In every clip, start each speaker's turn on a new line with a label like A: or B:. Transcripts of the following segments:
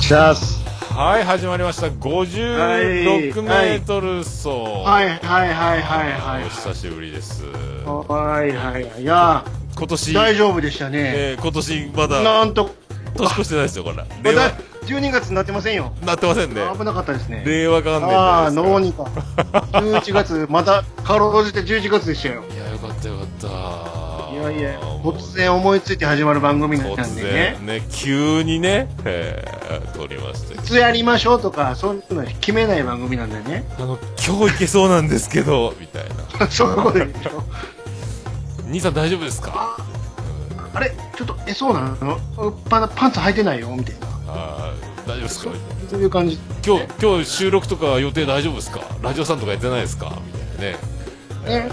A: しゃす。
B: はい、始まりました。56メートル走。
A: はいはいはいはいはい
B: お。久しぶりです。
A: はいはいはい。いや
B: 今
A: ー、
B: 年、
A: 大丈夫でしたね。
B: えー今年まだ
A: なんと、
B: 年越してないですよ、これ。
A: ま
B: 令
A: だ
B: 和、
A: 12月になってませんよ。
B: なってませんね。
A: 危なかったですね。
B: 令和元年じ
A: ああ、
B: ゃ
A: 脳
B: ないで
A: にか。11月、 また、かろうじて11月でしたよ。
B: すか。いや、よかったよかった。
A: いやいや、
B: もう
A: 突然思いついて始まる番組なん
B: 突
A: でね。
B: 然、ね、急にね、えー、撮りました
A: い。つやりましょうとか、そういうの決めない番組なんで ね。
B: あの、今日行けそうなんですけど、みたいな。
A: そういうことでしょ。
B: 兄さん大丈夫ですか
A: あれちょっと、え、そうなのパンパンツ履いてないよみたいな。
B: あー大丈夫ですか
A: そういう感じ。
B: 今日今日収録とか予定大丈夫ですかラジオさんとかやってないですかみたいなね
A: ね、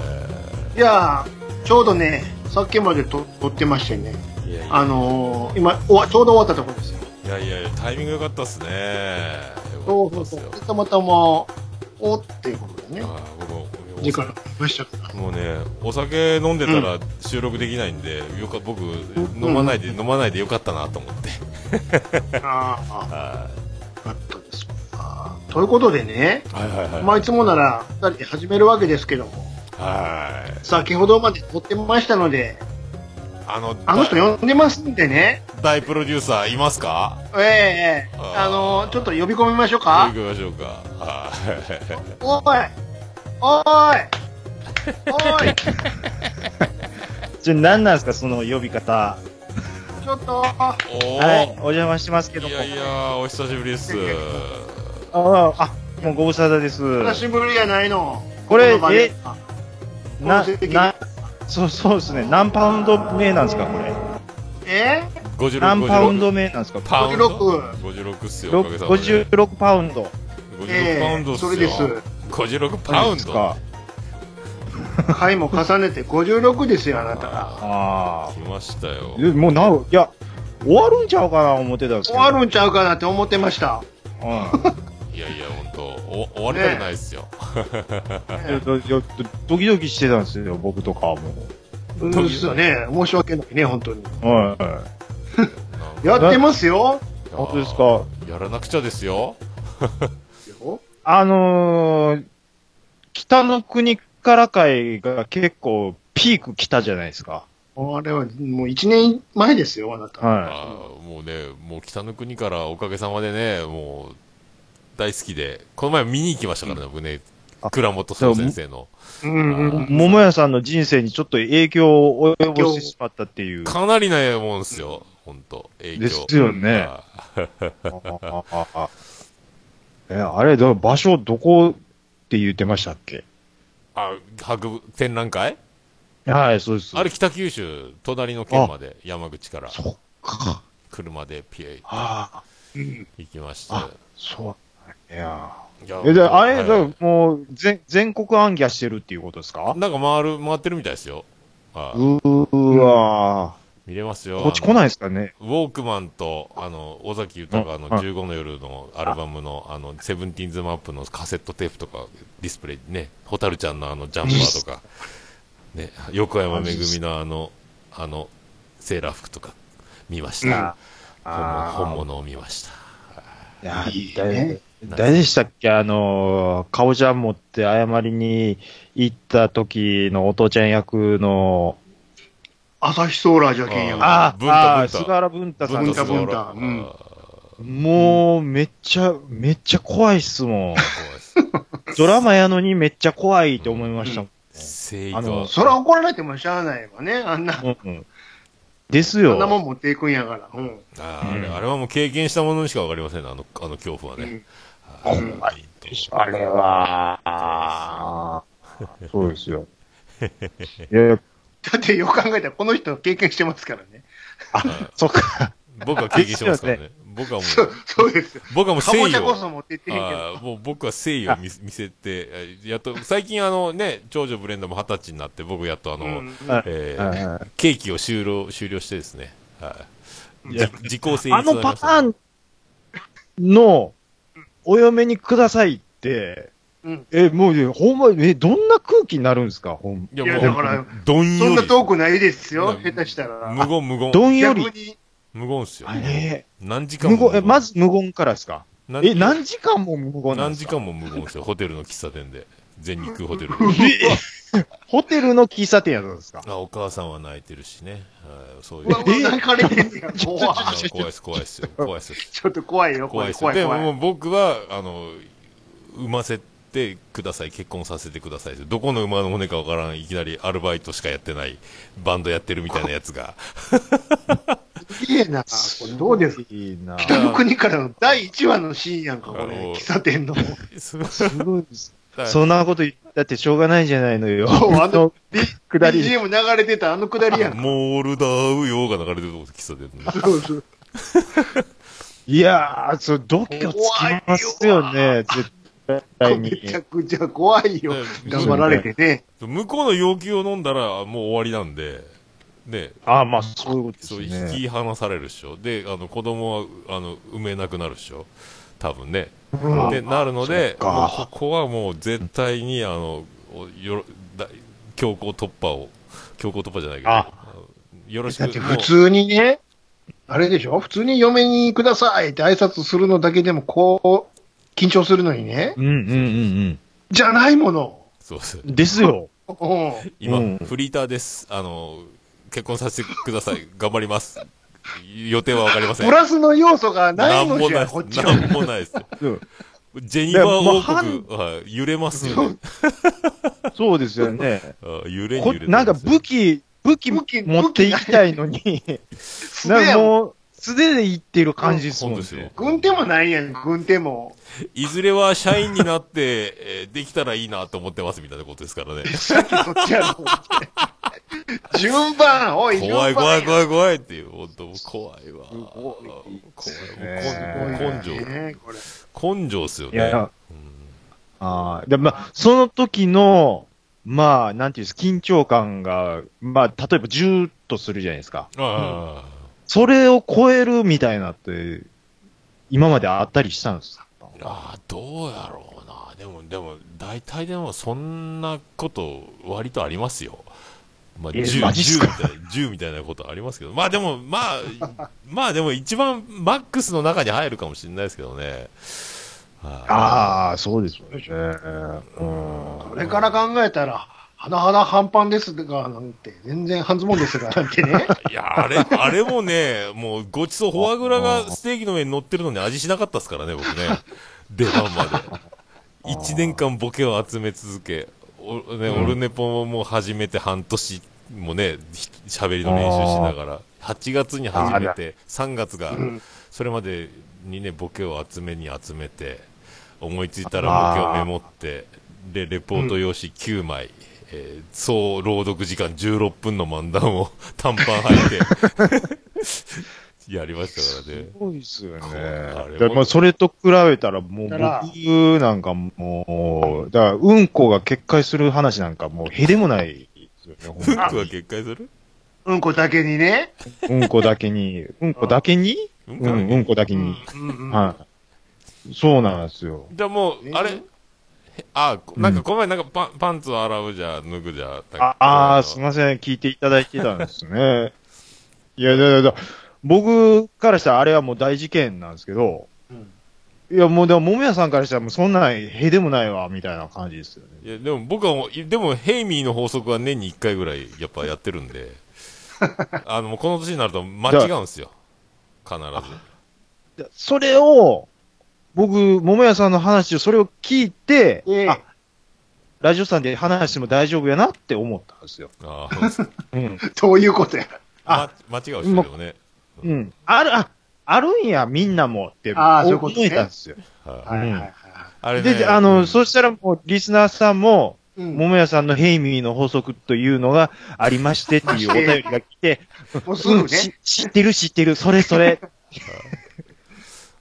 A: いやーちょうどねさっきまでと撮ってましてね
B: いやい
A: あ
B: や
A: のー、今おわちょうど終わったところですよ
B: いやいやいやタイミング良かったっすね
A: そ
B: 良
A: う
B: か
A: そ
B: っ
A: うそ
B: たっす
A: う
B: よ
A: たまたまおっていうことでね
B: あー僕も
A: 時間がました から
B: もうねお酒飲んでたら収録できないんで、よか僕
A: ん
B: 飲まないで、飲まないでよかったなと思って
A: ああ
B: は
A: よかったですあーということでね、
B: いはいはいはい
A: まあ、いつもなら2人で始めるわけですけども
B: はい
A: 先ほどまで撮ってましたので
B: あの
A: あの人
B: 大
A: 呼んでますんでね
B: 大プロデューサーいますか
A: ええええ
B: あー
A: あのーちょっと呼び込みましょう
B: 行
A: か
B: きましょうかはい
A: おいおいお い
C: ちょ、何なんですか、その呼び方。
A: ちょっと
B: おー、
C: はい、お邪魔してますけど
B: い
C: も。
B: やいやお久しぶりです
C: ああ、あ、もうご無沙汰です。
A: 久しぶりやないの。
C: これ
A: の場で
C: えな、な、そう、そうですね。何パウンド目なんですか、これ。
A: え
B: 56
C: 何パウンド目なんですか
B: パウンド
A: 56
B: 56っすよおかげさまで
C: 56パウンド。
B: 56パウンドっすよ、
A: ええそれです
B: 56パウン
C: です
B: ド
C: か。
A: 回も重ねて56ですよ、あなたが。
B: あ
C: あ
B: ー来ましたよ
C: あ。えもうなる、いや、終わるんちゃうかな、思ってたんですけ
A: 終
C: ど。
A: わるんちゃうかなって思ってました。
C: うん。
B: いやいや本当お終わりたくないっすよ、
C: ちょっとちょっとドキドキしてたんですよ、僕とかはも
A: うんそうですよね。申し訳ないね、本当に。
C: う。は
B: なんか
A: やってますよ。
C: い。本当ですか。
B: やらなくちゃですよ
C: あのー、北の国から会が結構ピーク来たじゃないですか。
A: あれはもう1年前ですよ、あなた。
C: は
B: あーもうねもう北の国からおかげさまでねもう大好きでこの前見に行きましたからね、僕ね
C: あ
B: 倉本総先生の
A: うんうんう
C: い。
A: ん。
C: 桃屋さんの人生にちょっと影響を及ぼしてしまったっていう。
B: かなりなもんっすよ本当影響
C: ですよね。
B: あー
C: ああああ え、あれ、だ場所どこって言ってましたっけ
B: あ博物展覧会
C: はい、そうです。
B: あれ北九州隣の県まで山口から
C: そっか。
B: 車でピエ
C: ああ、
B: 行きまし
C: あ
B: て
C: そう。いや
B: いや
C: ーえ、で、あれ、
B: はい
C: だからもう、全、全国暗記してるっていうことですか
B: なんか回る回ってるみたいですよあ
C: うーわ
B: 見れます
C: ー。
B: よ
C: こっち来ないですかね
B: あのウォークマンとあの尾崎豊の
C: うん
B: 15の夜のアルバムのあのセブンティーンズマップのカセットテープとかディスプレイにね蛍ちゃんのあのジャンパー とかね横山めぐみのあのあのセーラー服とか見ました
C: あー
B: 本物本物を見ました
C: いや
A: いいね
C: 誰誰でしたっけあの、かおちゃん持って謝りに行った時のお父ちゃん役の、
A: 朝日ソーラーじゃけんよ。
B: あ
C: あ
B: 文太
C: あ、
B: 文太
C: 菅原文太さ
A: 文
C: んで
A: 太
C: す
A: 文
C: よ。
A: 太うん
B: あー
C: もう、めっちゃ、めっちゃ怖いっすもん。
B: 怖いっす
C: ドラマやのにめっちゃ怖いと思いましたもん。
B: 正義は
C: あの
A: そら怒られてもしゃあないわね。あんな、
C: うんうんです
A: あんなも
C: よ。
A: ん持っていくんやから。うん。
B: あーあれ
C: うん
B: あれはもう経験したものにしかわかりませんね、あの、あの恐怖はね。
C: 怖
B: うん
C: いでしょ、あれは。そうです よ。いやいや、
A: だってよく考えたらこの人経験してますからね。
C: そ っか。
B: 僕は経験してます からね。僕はも
A: そう
B: う、、
A: そうですよ。
B: 僕はもう
A: か
B: 誠
A: ぼ
B: 意
A: ちゃこ
B: を。
A: そ持ってってへんけど。
B: あーもう僕は誠意を見せ見せて、えやっと、最近あのね、長女ブレンダーも二十歳になって、僕やっとあの、
A: うん
B: え
C: うん
B: ー
C: う
B: ケーキを終了、終了してですね、はい。
C: いや
B: じ自己成立
C: あのパタ
B: ン
C: ーンのお嫁にくださいって、
A: うん
C: え、もう、ほんま、え、どんな空気になるんですかほん
B: いや、
A: いや
B: もう、
A: だから
B: どん
A: そ
B: よ
A: んな
B: り。
A: 遠くないですよ
B: う、ん
A: 下手したら。
B: 無言無言。
C: どんより
A: 逆。に、
B: 無言っすよ。
C: え
B: 何時
C: ー
B: 間
C: 無
B: も
C: 言、え、まず無言からですか
B: 何
C: え、何時間も無言なん
B: 何
C: です
B: 時
C: か
B: 間も無言っすよ。ホテルの喫茶店で。全日空ホ テル。
C: ホテルの喫茶店やったんですか
B: あ、お母さんは泣いてるしね。はいそういう
A: う。わ、
C: え
A: 泣かれてんねや。怖っ
B: あ怖いっす、怖いっすよ。怖いっすよ。
A: ちょっと怖いよ、
B: 怖
A: 怖
B: いっ
A: い、
B: すよ。
A: 怖い、
B: でも
A: 怖
B: も
A: い。
B: う僕は、あの、産ませてください、結婚させてくださいですどこの馬の骨かわからん、いきなりアルバイトしかやってない、バンドやってるみたいなやつが。
A: すげえな。これどうです
C: いいな
A: 北の国からの第1話のシーンやんか、これ
B: あ。の
A: 喫茶店の。
B: すごい
C: すごいです。
B: だから
C: そんなこと言ったってしょうがないじゃないのよ。
A: そう あ の
C: くだり。
A: BGM 流れてたあのくだりやんか。
B: モールダウヨーが流れてるとこで喫茶店の。
A: そうそう。
C: いやー、そう、度胸つきますよね、絶対
A: め
C: に。
A: ちゃくちゃ怖いよ
B: ね。
A: 頑張られてね。
B: 向こうの要求を飲んだらもう終わりなんで、ね、
C: ああ、まあ、そういうことです
B: そう、引
C: ね。
B: き離されるっしょ。で、あの、子供は、あの、産めなくなるっしょ。多分ね。
C: うん
B: で、なるので、
C: そっか
B: もうここはもう絶対に、あの、およろだ強行突破を、強行突破じゃないけど、
C: あ
B: よろしく
A: だって
B: もう
A: 普通にね、あれでしょ普通に嫁にくださいって挨拶するのだけでもこう、緊張するのにね。
C: うんうんうん
A: じゃないもの。
B: そうそう
C: うん。ですよ。
A: うん
B: 今、
C: うん
B: フリーターです。あの、結婚させてください。頑張ります。予定はわかりません。
A: プラスの要素がなんいの
B: も
A: じ
B: ない
A: ゃ、
B: で
A: こっち
B: す。
A: は。
B: なんもないです。
C: うん
B: ジェニバー
C: いやもう
B: 王
C: 半
B: 国、はい揺れますよね。
C: そうですよね。
B: あ揺れに揺
C: こ
B: れて
C: なんか
B: ますよ
C: 武器、武器
A: 武器
C: 持っていきたいのに、
A: 素手
C: なんか
A: やもん
C: もう、素手でいってる感じですもん
B: そうです
C: ね
B: よ。
A: 軍手もないやん、軍手も。
B: いずれは社員になって、えーできたらいいなと思ってますみたいなことですからね。
A: さっきそっちやろ。順番、おい、順番。
B: 怖い怖
A: い。
B: い怖い怖いっていう、本当もう怖いわ。
A: ごい
B: 怖い。もう
C: ね
B: 根性。
A: ね、これ。
B: 根性っすよ
C: いやい
B: ね
C: や。
B: うん
C: ああ、で、まあ、その時の、まあ、なんていうんです、緊張感が、まあ、例えばジューッとするじゃないですか。
B: あ
C: それを超えるみたいなって、今まであったりしたんですか
B: ーあー、どうやろうな。でも、でも、大体でもそんなこと割とありますよ。まあ、
C: え
B: 銃、銃
C: マ
B: み
C: ジっすか
B: たいな、銃みたいなことありますけど。まあでも、まあ、まあでも一番マックスの中に入るかもしれないですけどね。あ
C: ああ、そうですよね。うん。
A: これから考えたら、はなはな半端ですが、なんて、全然半ズボンですが、なんて ね。
B: いや、あれ、あれもね、もうごちそうフォアグラがステーキの上に乗ってるのに味しなかったですからね、僕ね。出番まで。一年間ボケを集め続け、おね、
C: うん
B: オルネポももう始めて半年もね、ひ喋りの練習しながら、8月に始めて、3月が、それまでにね、ボケを集めに集めて、思いついたらボケをメモって、で、レポート用紙9枚、えー総朗読時間16分の漫談を短パン履いて、やりましたからね。
C: すごいですよね。
B: これあれ
C: だからまあそれと比べたら、もう
A: だから
C: 僕なんかもう、だからうんこが決壊する話なんかもうへでもないですよねほん
B: フ
C: と
B: ックは決壊する
A: うんこだけにね。
C: に。うんこだけに、うんこだけに
B: う
C: うんん、うんこだけ
A: う
C: に
A: ん。。うん
C: はい。そうなんですよ。
B: じゃあもう
A: ね、
B: あれへあ、こなんかこの前なんかパンパンツを洗うじゃ、脱ぐじゃ。なん
C: あ
B: か
C: あー、
B: そ
C: す
B: う
C: み
B: いうの
C: ません。聞いていただいてたんです ね。いや、だだだ僕からしたらあれはもう大事件なんですけど、
A: うん
C: いや、もうでも、ももやさんからしたらもうそんなんへでもないわ、みたいな感じですよね。
B: いや、でも僕はもう、いでもヘイミーの法則は年に1回ぐらいやっぱやってるん で、あの、もうこの年になると間違うんですよ。必ず。
C: でそれを、僕、桃屋さんの話を、それを聞いて、
A: ええ
C: あ、ラジオさんで話しても大丈夫やなって思ったんですよ。
B: ああ、そう です
C: うん。
A: どういうことや。
B: ま間違う人でもね。
C: うん。ある、あ、あるんや、みんなもって
A: あーそういう
C: 思
A: ことね
C: えたんですよ。
B: は
A: はいはいはい。
B: いあれね。
C: で、あの、
B: うん
C: そうしたらもう、リスナーさんも、
A: うんも
C: 桃屋さんのヘイミーの法則というのがありましてっていうお便りが来 て、
A: うすぐ
C: うんし
A: ね。
C: 知ってる知ってる、それそれ。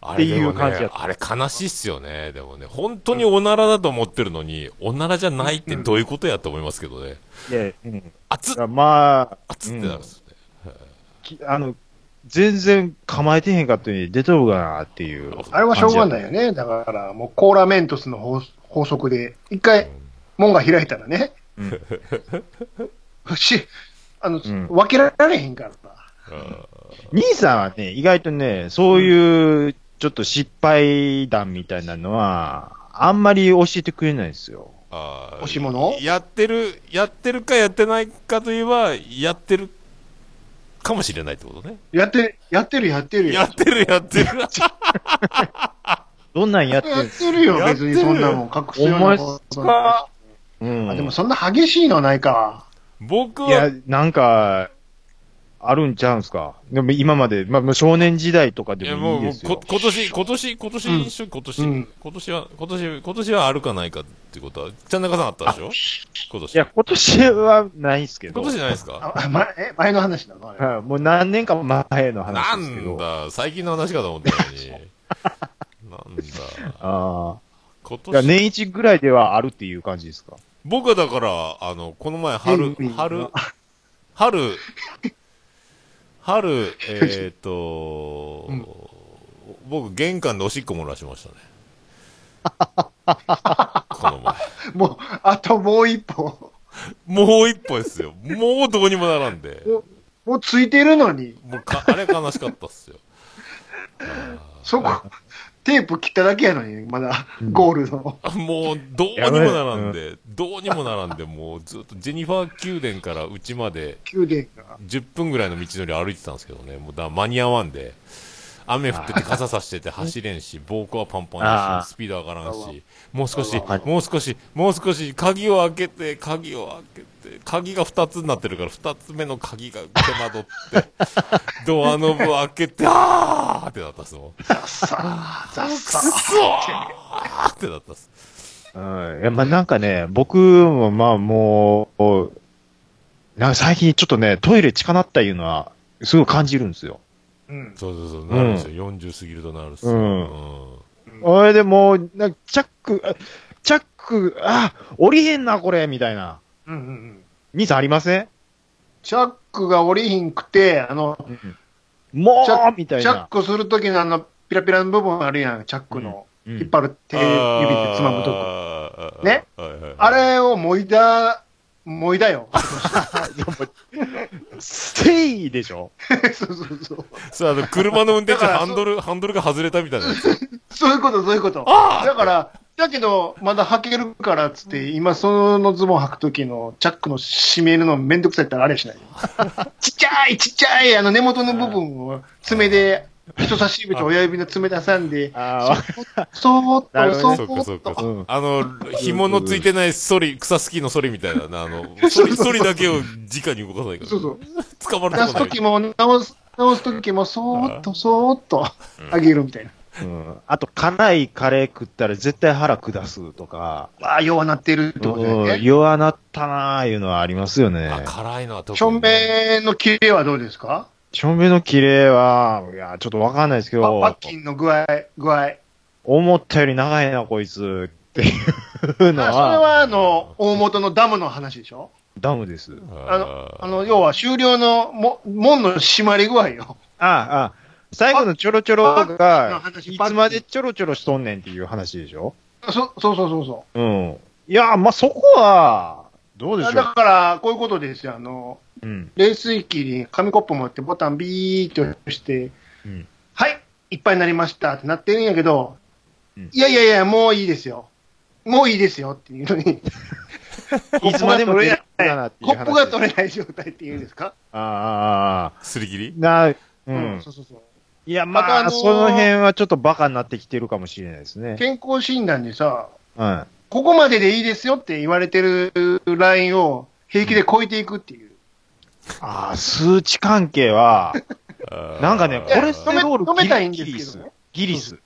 B: あ
C: って
B: れで
C: い
B: も
C: う感じ
B: ね
C: やっ、
B: あれ悲しいっすよね。でもね、本当におならだと思ってるのに、おならじゃないってどういうことやと思いますけどね。
C: いや、うん。
B: 熱っ
C: まあ、
B: 熱ってなるんですよね。
C: きあの、全然構えてへんかったのに出とるかなっていう。
A: あれはしょうがないよね。だから、もうコーラメントスの法法則で、一
B: う
A: 回
B: ん、
A: 門が開いたらね
C: う ん。
A: し、あの
C: ん、
A: 分けられへんから。
B: あ
C: 兄さんはね、意外とね、そういう、ちょっと失敗談みたいなのは、あんまり教えてくれないんですよ。
B: あー
A: 押し物
B: やってる、やってるかやってないかといえば、やってるかもしれないってことね。
A: やって、やってるやってるよ。
B: やってるやってる。
C: どんなんやって
A: や
C: る
A: ってるよ、
B: やっ
A: 別
B: てる
A: にそんなもん隠すようなことなんて
C: うん
A: あでもそんな激しいのはないか。
B: 僕
C: いや
B: は、、
C: なんか、あるんちゃうんすか。でも今まで、まあ、もう少年時代とか
B: い
C: で
B: やも、
C: もいいうで
B: もう
C: すよ
B: こ。今年、今年、今年一緒、今
A: う
B: 年
A: ん、
B: 今年は、今年、今年はあるかないかってことは、ちゃん中さんあったでしょ今年。
C: いや、今年はないんすけど。
B: 今年じゃないですか
A: あ、ま、え、前の話なのあれ。
C: はいもう何年か前
B: な
C: の話ですけど。
B: んだ、最近の話かと思ったのに。なんだ、
C: あ
B: 今
C: あ。いや
B: 年、
C: 年一ぐらいではあるっていう感じですか。
B: 僕はだから、あの、この前、
A: うん
B: 春
A: うん、
B: 春、春、春、えっ、と、
A: うん
B: 僕、玄関でおしっこ漏らしま したね。この前。
A: もう、あともう一歩。
B: もう一歩ですよ。もうどうにもならんで。
A: もうついてるのに、
B: もうか、あれ悲しかったっすよ。
A: そこ、テープ切っただけやのに、まだ、ゴールの。
B: あ もう、どうにもならんで、どうにもならんで、もうずっとジェニファー宮殿からうちまで
A: 宮殿が。
B: 10分ぐらいの道のり歩いてたんですけどね、もうだ間に合わんで、雨降ってて傘さしてて走れんし、膀胱はパンパン
C: あ
B: や
C: ー
B: し、スピード上がらんし、もう少し
A: あわ、
B: もう少し、もう少し、鍵を開けて、鍵を開けて、鍵が2つになってるから、2つ目の鍵が手間取って、ドアノブ開けて、あーってなったっすもん。
A: 雑さ、雑
B: く
A: さ。
B: そーってなったっす。
C: うん。いや、まあ、なんかね、僕もまあもう、なんか最近ちょっとね、トイレ近なったいうのは、すごい感じるんですよ。
A: うん。
B: そうそうそう、なるんですよ。40過ぎるとなるっすよ。
C: うん
B: うん
C: おいでもう、なんかチャック、あチャック、あ、降りへんな、これ、みたいな。
A: うんうんうん。
C: 兄さんありません
A: チャックが降りひんくて、あの、
C: も
A: チャ
C: うみたい
A: チャッ
C: な。
A: クするときのあの、ピラピラの部分あるやん、チャックの。
C: うん
A: 引っ張る手、指でつまむとこ。
B: と
A: こね。
B: はいはいはい
A: あれをもいだ、もいだよ。
C: ステイでしょ
A: そうそうそう。
B: そう、あの、車の運転手
A: だから
B: ハンドル、ハンドルが外れたみたいなやつ。
A: そういうこと、そういうこと。だから、だけど、まだ履けるからっつって、今そのズボン履くときのチャックの締めるのめんどくさいったらあれし ない。ちっちゃい、ちっちゃい、あの根元の部分を爪で、人差し指と親指の爪で挟んで、
C: あ
A: そーっ
C: なる
A: と、そ
C: ほどね
B: そうか、そう
A: ーっ
B: か
A: と。。
B: あの、紐のついてないソリ、草スキーのソリみたいなな、あの、ソリ、ソリだけを直に動かさないから。
A: そうそう。
B: 捕まる
A: 直す
B: とことない
A: き。も、直す、直すときも、そーっと、そーっと上げるみたいな。
C: うんあと、辛いカレー食ったら絶対腹下すとか、
A: ああ、弱なってるってことだよ
C: うん
A: ね。
C: 弱なったなあいうのはありますよね。
B: あ、辛いのは特
A: 照
B: にね。
A: 明のキレはどうですか
C: 照明の綺麗は、いや、ちょっとわかんないですけ
A: パッ
C: ど、
A: キンの具合、具合。
C: 思ったより長いな、こいつっていうの
A: あそれ
C: は、
A: はあの、大元のダムの話でしょ
C: ダムです。
A: あの、あの、要は終了のも、門の閉まり具合よ。
C: ああ、最後のちょろちょろ
A: の
C: が、
A: 話
C: いつまでちょろちょろしとんねんっていう話でしょ
A: そ、そうそうそうそ
C: うん。いや、まあ、そこは、どう
A: う。
C: でしょ
A: だ
C: う。
A: から、こういうことですよ。あの、
C: うん。
A: 冷水器に紙コップ持ってボタンビーっと押して、
C: うん。
A: はい、いっぱいになりましたってなってるんやけど、
C: うん
A: いやいやいや、もういいですよ。もういいですよっていうのに、
C: いつまでも出るかなっていう
A: コ
C: 話。
A: ップが取れない状態っていうんですか、
C: ああああ、ああ
B: すり切り
C: な、う
A: うんそうそうそう。
C: いや、まあ、
A: あとあのー
C: その辺はちょっとバカになってきてるかもしれないですね。
A: 健康診断でさ、
C: うん。
A: ここまででいいですよって言われてるラインを平気で超えていくっていう。
C: ああ、数値関係は、なんかね、
B: あー
C: コレステロール
A: 止め止めたいん
C: ギ
A: ですけどね
C: リス。ギリス。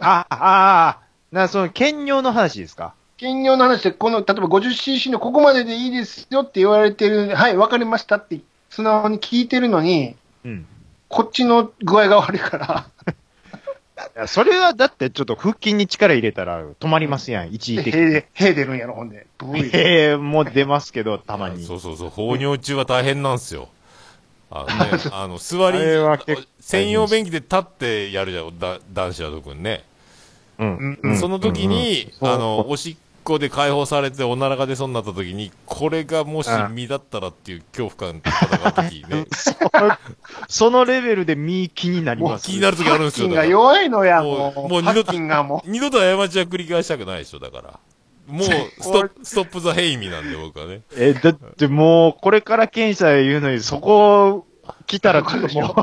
C: あ、ああ、な、その、兼尿の話ですか
A: 兼業の話で、この、例えば 50cc のここまででいいですよって言われてる、はい、わかりましたって、素直に聞いてるのに、
C: うん。
A: こっちの具合が悪いから、
C: いやそれはだってちょっと腹筋に力入れたら止まりますやん、一
A: へ
C: 時的に。
A: え、へえ出るんやろ、ほんで。ブーイ
C: ええ、もう出ますけど、たまに
B: そ。うそうそう、放尿中は大変なんです よ。あのね、あの、座り
C: あれは結構、
B: 専用便器で立ってやるじゃん、だ男子は特にね。
C: うん。
A: うん
B: その時に、
C: うん
B: あの、おしっ個で解放されておならが出そうになった時に、これがもし身だったらっていう恐怖感と戦う時 ね、
C: そのレベルで身気になります。
B: 気になる時あるんですよ。
A: ハッキン
B: だ
A: が
B: から
A: 弱いのや、も
B: もう
A: う。
B: もう二度と
A: ハッキンがも、
B: 二度と過ちは繰り返したくないでしょ、だから。 もう、ストップ、ストップザヘイミなんで僕はね。
C: え、だってもう、これから検査言うのに、そこ来たらちょっともう、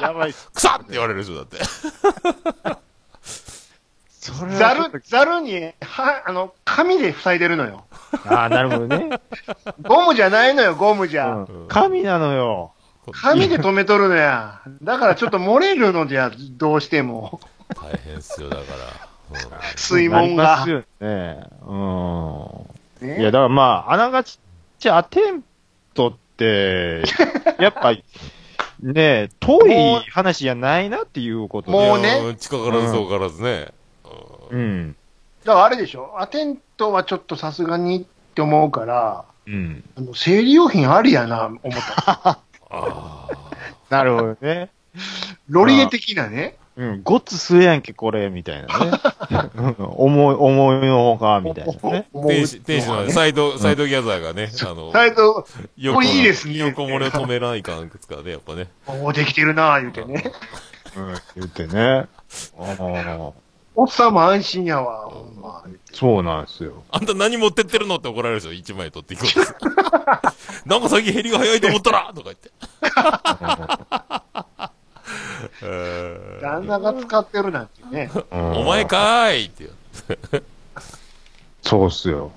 C: やばいっす。
B: くさって言われるでしょ、だって。
C: そうれ
A: ざ
C: はちょ
A: る
C: っ、
A: ざるに、は、あの、紙で塞いでるのよ。
C: と。ああ、なるほどね。
A: ゴムじゃないのよ、ゴムじゃ。
C: うん神なのよ。
A: 紙で止めとるのや。だからちょっと漏れるのじゃ、どうしても。
B: 大変っすよ、だから。
A: 水門が
C: な。りますよね。う
A: ね
C: ん。いや、だからまあ、あながち、じゃあ、アテントって、やっぱ、ねえ、遠
A: もう
C: い話じゃないなっていうことで。
A: もうね
B: いや。近からず遠からずね。うん
C: うん。
A: だからあれでしょアテントはちょっとさすがにって思うから、
C: うん。
A: あの生理用品ありやな、思った。
B: ああ。
C: なるほどね。
A: ロリエ的なね。
C: うん、ごっつすえやんけ、これ、みたいなね。 うん思い、思いのほか、みたいな ね。
A: 思う
B: 天使、天使のサイド、サイドギャザーがね、あの、
A: サイト、
B: 横
A: これいいですね
B: 横漏れを止めないかんですからね、やっぱね。
A: おーできてるな、言うてね。
C: うん、言ってね。ああ、
A: おっさんも安心やわ、ほんま。
C: そうなんですよ。
B: あんた何持ってってるのって怒られるでしょ、一枚取っていこうとなんか先減りが早いと思ったらとか言って。えー
A: 旦那が使ってるなんてね。
C: うん
B: お前かーいっていう。
C: そうっすよ。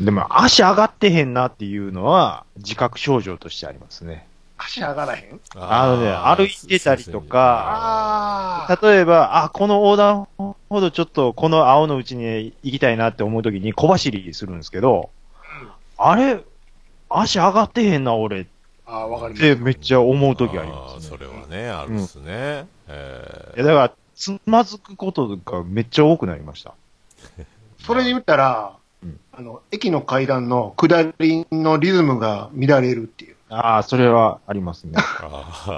C: でも、足上がってへんなっていうのは、自覚症状としてありますね。
A: 足上がらへん
C: あのね
B: ー
C: 歩いてたりとか。
A: ああ。
C: 例えば、あ、この横断歩道ちょっと、この青のうちに行きたいなって思うときに小走りするんですけど、あれ、足上がってへんな、俺っ
A: ああ、わかりま
C: て
A: す。
C: めっちゃ思うときありま
B: ー
C: す、
B: そ
C: ね。
B: れはね、あるっすね。え
C: いや、だから、つまずくことがめっちゃ多くなりました。
A: それで言ったら
C: うん、
A: あの、駅の階段の下りのリズムが乱れるっていう。
C: ああ、それはありますね。
B: ー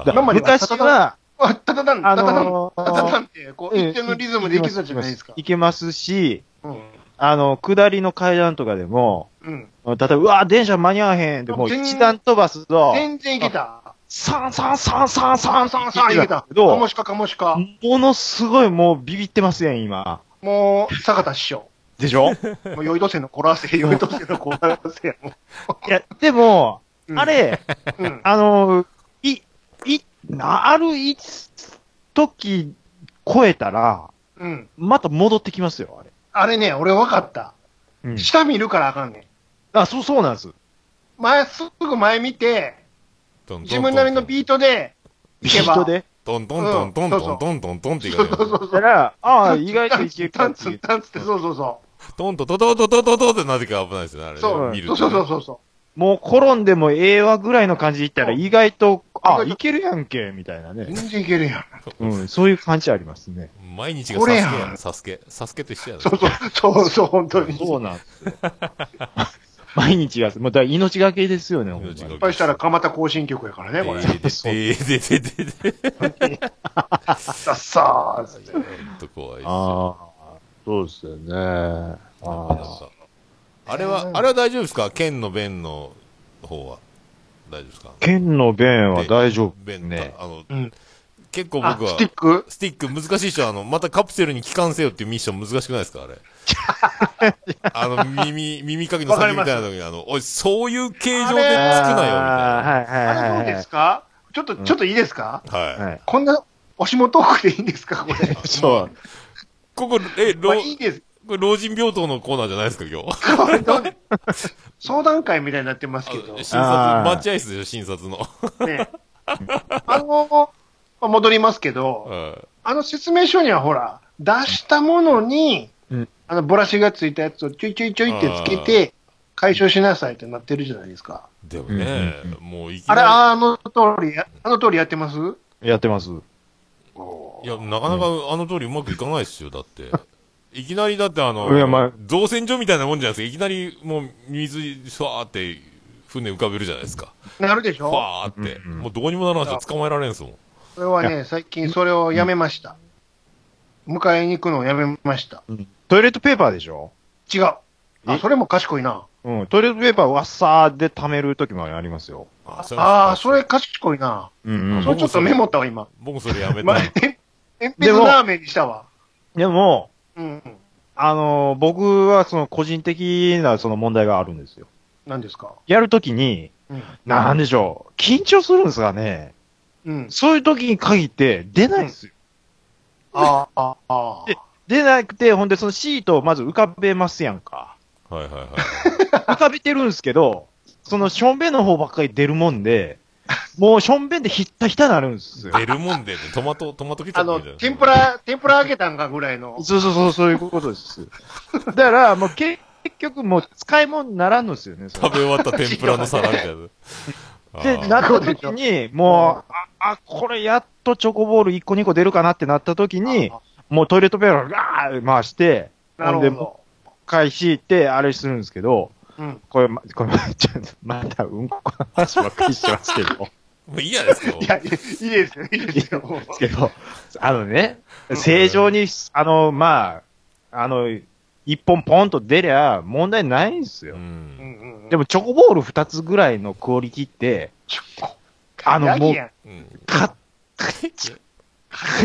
B: あ
C: だ
B: ー
A: 今までは
C: 昔は、
A: あ、たたたん、
C: あ
A: たたたん、
C: の
A: たたたん
C: ー、
A: って、こう、一定のリズムでいけそうじゃないですか。
C: けますし、
A: うん。
C: あの、下りの階段とかでも、
A: うん。
C: 例えば、うわー、電車間に合わへんって、もう
A: 全然
C: 一段飛ばすと、
A: 全然いけた。
C: サンサンサンサンサ
A: サ
C: ン
A: ン
C: サ
A: サ
C: ン
A: ン
C: サ
A: サ
C: ン
A: ン
C: い
A: い
C: け
A: け
C: た
A: たカ
C: け。ど
A: モ、シカカモシカ。
C: ものすごいもうビビってますやん、今。
A: もう、坂田師匠。
C: でし
A: も
C: ょ
A: う、酔いどせのらせ、酔いどせのらせやも
C: いや、でも、
A: ん。
C: あれ、
A: うん、うん。
C: あの、い、い、なある一時超えたら、
A: うん。
C: また戻ってきますよ、あれ。
A: あれね、俺分かった。
C: うん
A: 下見るからあかんねん。
C: あ、そう、そうなんです。
A: 前、すぐ前見て、
B: トントントン
A: 自分なりのビートで、
C: ビ
A: 行けば
C: ートで。
B: トントントントントントントントンって言うからね
A: そう
C: だから、ああ、意外
A: タ
C: と
A: ン
C: いけ
A: ツ
C: る
A: タ
C: か
A: ン
C: ってい
A: ツ
C: う。
A: タンツって、そうそうそ
B: トントントントントントントンってなぜか危ないですよね、あれ
A: う。
B: ね。
A: そう、
B: 見る
A: そ
B: と
A: う
B: ね
A: そうそうそう。
C: もう転んでもええわぐらいの感じでいったら、
A: うん
C: 意外と、あ、
A: 意外と
C: いけるやんけ、みたいなね。
A: 全然いけるやん。
C: うん、そういう感じありますね。
B: 毎日がサ
A: こ
B: スケ
A: れ
B: や
A: やん
B: ん、サスケ。サスケと一緒やん。
A: そうそう、そうそう、本当に。失
C: そうなんですよ。 毎日が、もうだから命がけですよね、ほんまに
B: 命がけ
A: 敗したら蒲田行進曲やからね、これ。
B: ででででででで。
A: さっさーっつって。
B: ほんと怖いですよ。
C: ああ、そうですよね。あ
B: なん
C: あ。
B: かあれは、あれは大丈夫ですか剣の弁の方は。大丈夫ですか
C: 剣の弁は大丈夫
B: 弁
C: ね
B: ね。。あの
A: うん、
B: 結構
A: あ、
B: 僕は
A: ス、ティック
B: スティック難しいでしょあの、またカプセルに帰還せよっていうミッション難しくないですかあれ。あの、耳、耳かきの先みたいな時に、あの、おい、そういう形状でつくなよ、みたい
C: あ
B: な。
C: あはい
A: あ
C: は
A: れ
C: いはい
A: ど
C: は
A: う
C: い。
A: ですかちょっと、
C: うん
A: ちょっといいですか
B: はい。
C: はい。
A: こんな、おしもトークでいいんですかこれ。
C: そう。
B: ここ、え、
A: ま
B: 老
A: あ、いいです。
B: これ老人病棟のコーナーじゃないですか、今日。
A: これどう相談会みたいになってますけど。
B: 診
A: ね。
B: 察、待合室でしょ、診察の。
A: あの、まあ戻りますけど、
B: うん
A: あの説明書にはほら、出したものに、
C: うん
A: あのブラシがついたやつをちょいちょいちょいってつけて、解消しなさいってなってるじゃないですか。
B: でもね、もういき
A: あ
B: な
A: れ、。
B: り
A: あの通りや、あの通りやってます
C: やってます。
B: いや、なかなかあの通りうまくいかないですよ、だって。いきなりだってあの、
C: いやまあ
B: 造船所みたいなもんじゃないですか。いきなりもう水、ふわーって船浮かべるじゃないですか。
A: なるでし
B: ふ
A: ょ
B: わーって。
C: うんうん
B: もうどうにもならないですよ。捕まえられんすもん。
A: それはいね、最近それをやめました。迎えに行くのをやめました。
C: トイレットペーパーでしょ
A: 違う。あ、それも賢いな。
C: うん、トイレットペーパーわっさーで貯める時もありますよ。
B: あそれ
A: ああ、それ賢いな。
C: うんう
A: それ
C: ん。
A: ちょっとメモったわ、今。
B: 僕それやめた。
A: 前、鉛筆ラーメンにしたわ。
C: でも、
A: うん。
C: あのー僕はその個人的なその問題があるんですよ。
A: 何ですか
C: やるときに、
A: うん。
C: なんでしょう、緊張するんですがね、
A: うん。
C: そういう時に限って出ないんですよ。
A: ああ、ああ。
C: で出なくて、ほんでそのシートをまず浮かべますやんか。
B: はいはいはい。
C: 浮かべてるんですけど、そのしょんべんの方ばっかり出るもんで、もうしょんべんでひったひたなるんですよ。
B: 出るもんで、トマト、トマトケチャ
A: あ
B: ップ
A: の
B: みたいな。、
A: 天ぷら、天ぷら揚げたんかぐらいの。
C: そうそうそう、そういうことです。だから、もう結局もう使い物にならんのですよね、それ
B: 食べ終わった天ぷらの皿 みたいな。
C: で、なった時に、もう、あ、あ、これやっとチョコボール1個2個出るかなってなった時に、もうトイレットペーパーをガーッ回して、
A: なる
C: で
A: ほ
C: も
A: ど。
C: う一回敷いて、あれするんですけど、
A: うん。
C: これ、まこれ、ちょっとまだうんこの話ばっかりしてますけど、
B: もう嫌です よ
A: い。や、いいですよ、いいですよ。
C: ですけど、 あのね、正常に、あの、まあ、あの、一本ポンと出りゃ問題ないんですよ。
B: うん
A: うんうんうん
C: でもチョコボール2つぐらいのクオリティって、
A: ちょっと
C: あのもう
A: ヤギやん
B: うん
C: か、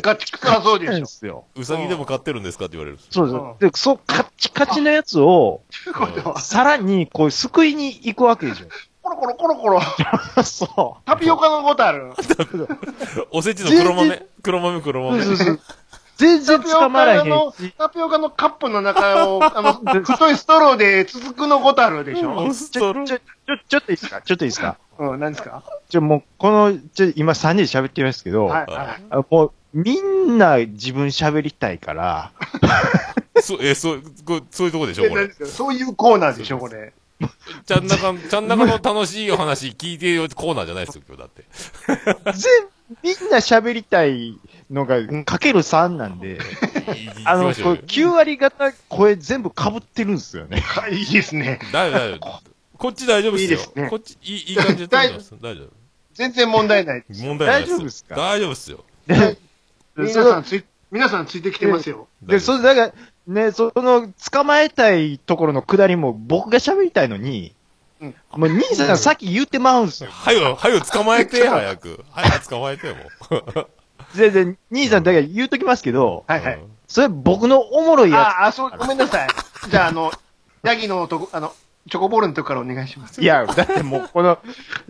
A: ガチ臭そう
C: っ
A: で
C: て
A: しょ。
C: んですよ。
B: うさぎでも飼ってるんですかって言われる。
C: そうです。で、そう、カッチカチのやつを、
A: ということは、
C: さらに、こう、すくいに行くわけでし
A: コロコロコロコロ、
C: ょ。そ
A: タピオカのごとある。
B: おせちの黒豆。黒豆黒
C: う。
B: 豆。
C: そうそう全然捕まらへんし。
A: タピオカのカップの中 を、あの、太いストローで続くのごとあるでしょ。
B: ス
C: ちょ、
B: ト
C: ち
B: ロ
C: ょ、
B: ー
C: ちょ、ちょっといいですかちょっといいですか
A: うん、何ですか
C: ちょ、もう、この、ちょ、今3人で喋ってますけど、
A: はい、はい。
C: あもう、みんな自分喋りた いから、
B: そう、え、そう、こそういうとこでしょ、
A: え
B: こ
A: 何
B: れ
A: で。すかそういうコーナーでしょ、これ。
B: ちゃんなか、ちゃんなかの楽しいお話聞いてよコーナーじゃないですよ、今日だって。
C: 全、みんな喋りたいのが、かける3なんで、
B: いい行き
C: あの、
B: ましょうよ
C: 9割方声全部被ってるんですよね。
A: はい、いいですね。
B: 大丈夫、大丈夫。こっち大丈夫ですよ。
A: いいですね
B: こっち、いい、いい感じで撮ってます。大丈夫。
A: 全然問題ない。
B: 問題ないですよ。
C: 大丈夫ですか
B: 大丈夫ですよ。
A: で
C: で
A: 皆
C: その
A: さんつい、皆さんついてきてますよ。
C: で、それ、だから、ね、その、捕まえたいところの下りも僕が喋りたいのに、
A: うん
C: もう兄さんがさっき言ってまうんですよ。
B: はよ、はよ捕まえて、早く。早く捕まえてよ、もう。
C: で、で、兄さんだから言うときますけど、
A: はいはい。
C: それ僕のおもろいや
A: ああ、そう、ごめんなさい。じゃあ、あの、ヤギのとこ、あの、チョコボールのとこからお願いします。
C: つ。いや、だってもうこの、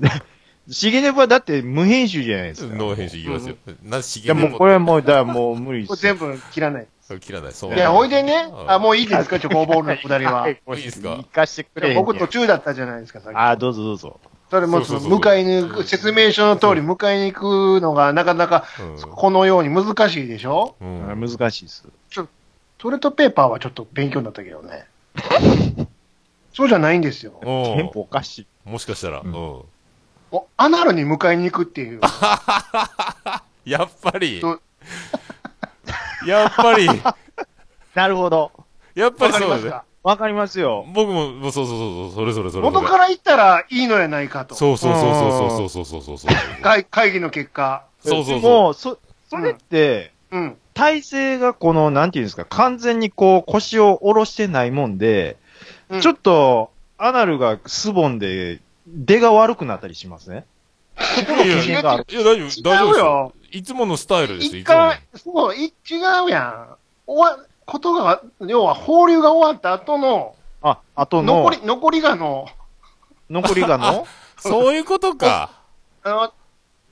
C: シゲネプはだって無編集じゃないですか。い
B: ノー編集いきますよ。な、しげ
C: や、もうこれはもう、だからもう無理
A: これ
C: ですよ。
A: 全部切らない。
B: 切らない。そう。
A: いや、ほいでね、
B: うん
A: あ、もういいですか、チョコボールのくだりは。
B: いいですか
C: 行かしてくれへんねん。
A: 僕途中だったじゃないですか、さっき。
C: ああ、どうぞどうぞ。
A: それも
B: そうそうそう
A: 迎えに行く、説明書の通り迎えに行くのがなかなかこのように難しいでしょ
B: うん。うん
C: 難しいです。
A: トイレットペーパーはちょっと勉強になったけど ね。そうじゃないんですよ。
B: うん
C: テンポおかしい。
B: もしかしたら、う
C: うん
B: ん。
A: おアナルに迎えに行くって いう。
B: やっぱり
A: そう、
B: やっぱり、
C: なるほど。
B: やっぱ
A: わ
B: り
A: かり
B: そう
A: ま
B: ですすね。
A: か
C: わかりますよ。
B: 僕も、もうそうそうそうそう、それそれそれ。
A: 元から行ったらいいのやないかと。
B: そうそうそうそうそうそうそうそうそう。
A: 会会議の結果。
B: そうそう
C: で
B: そ
C: もそ、それって、
A: うん。
C: 体勢がこの、なんていうんですか、完全にこう腰を下ろしてないもんで、
A: うん
C: ちょっと、アナルがスボンで、出が悪くなったりしますね。
B: う。いやいや、いや
C: がある
B: 大丈夫です、大丈夫
A: 違う
B: です
A: よ
B: よ。いつものスタイルです、
A: 一
B: いつもの。
A: 回、そう、い違うやん。終わ、ことが、要は放流が終わった後の、
C: あ、あと
A: 残
C: の、残
A: り
C: り、、
A: 残りがの、
C: がの
B: そういうことか。
A: あの、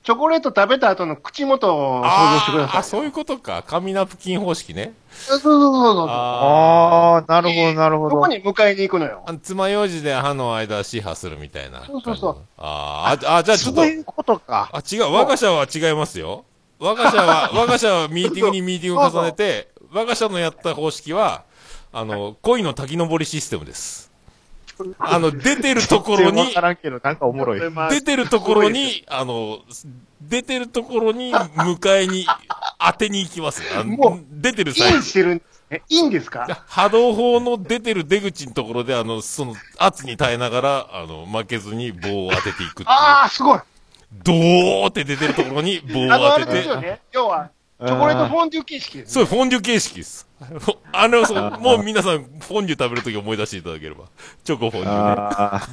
A: チョコレート食べた後の口元を想像してくだ
B: あ
A: さい。
B: ーあ、そういうことか。紙ナプキン方式ね。
A: そうそうそうそうそう。
B: あ
C: あー、なるほど、なるほ
A: どこ
C: ど。
A: に迎えに行くのよ
B: あ。。爪楊枝で歯の間支配するみたいな。
A: そうそうそう。
B: あーあ、あ、じゃあちょっと
C: そう。いうことか。
B: あ、違う。我が社は違いますよ。我が社は、 我が社はミーティングにミーティングを重ねて、我が社のやった方式は、あの、恋の滝登りシステムです。あの、出てるところ
C: わ
B: に
C: か、らんけど、なんかお もろい。
A: それ
C: う
A: まあ
B: 出てるところに、あの、出てるところに、迎えに、当てに行きます。あの
A: もう
B: 出てる
A: イ
B: 際
A: ンしてるんですね。いいんですか
B: 波動砲の出てる出口のところで、あの、その、圧に耐えながら、あの、負けずに棒を当てていくっていう。
A: ああ、すごい。
B: ドーって出てるところに棒
A: あの、
B: を
A: あ
B: 当
A: れ
B: て
A: です
B: て、
A: よね。要は、チョコレートフォンデュ形式です、
B: そう、
A: ね。
B: フォンデュ形式です。あの、そうもう皆さん、フォンデュ食べるとき思い出していただければ。チョコフォンデュね。
C: あ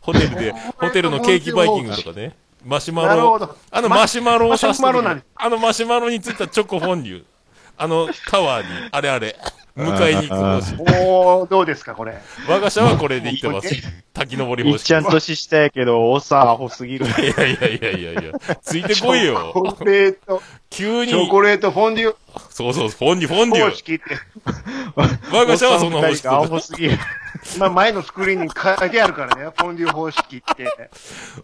B: ホテルで、ホテルのケーキバイキングとかね。マシュマ
A: なるほ
B: ロ
A: ど。
B: あのマシュマロを
A: マシ
B: 刺す
A: ュマロなんです
B: あのマシュマロについたチョコフォンデュ。あのタワーに、あれあれ、迎えに行く方針。
A: おー、どうですか、これ。
B: 我が社はこれで行ってます。滝 登り
C: い
B: 方
C: っちゃん
B: 式。
C: 年下やけど、おっさんアホすぎる。
B: いやいやいやいやいや、ついてこい
A: チ
B: よ。
A: ョコレート、
B: 急に
A: チ、ョコレートフォンデュ
B: そうそう、フォンデュ、フォンデ
A: 方
B: ュ。
A: 式って、
B: 我が社はその方式
C: アホすぎる。
A: まあ前のスクリーンに書いてあるからね、フォンデュ方式って。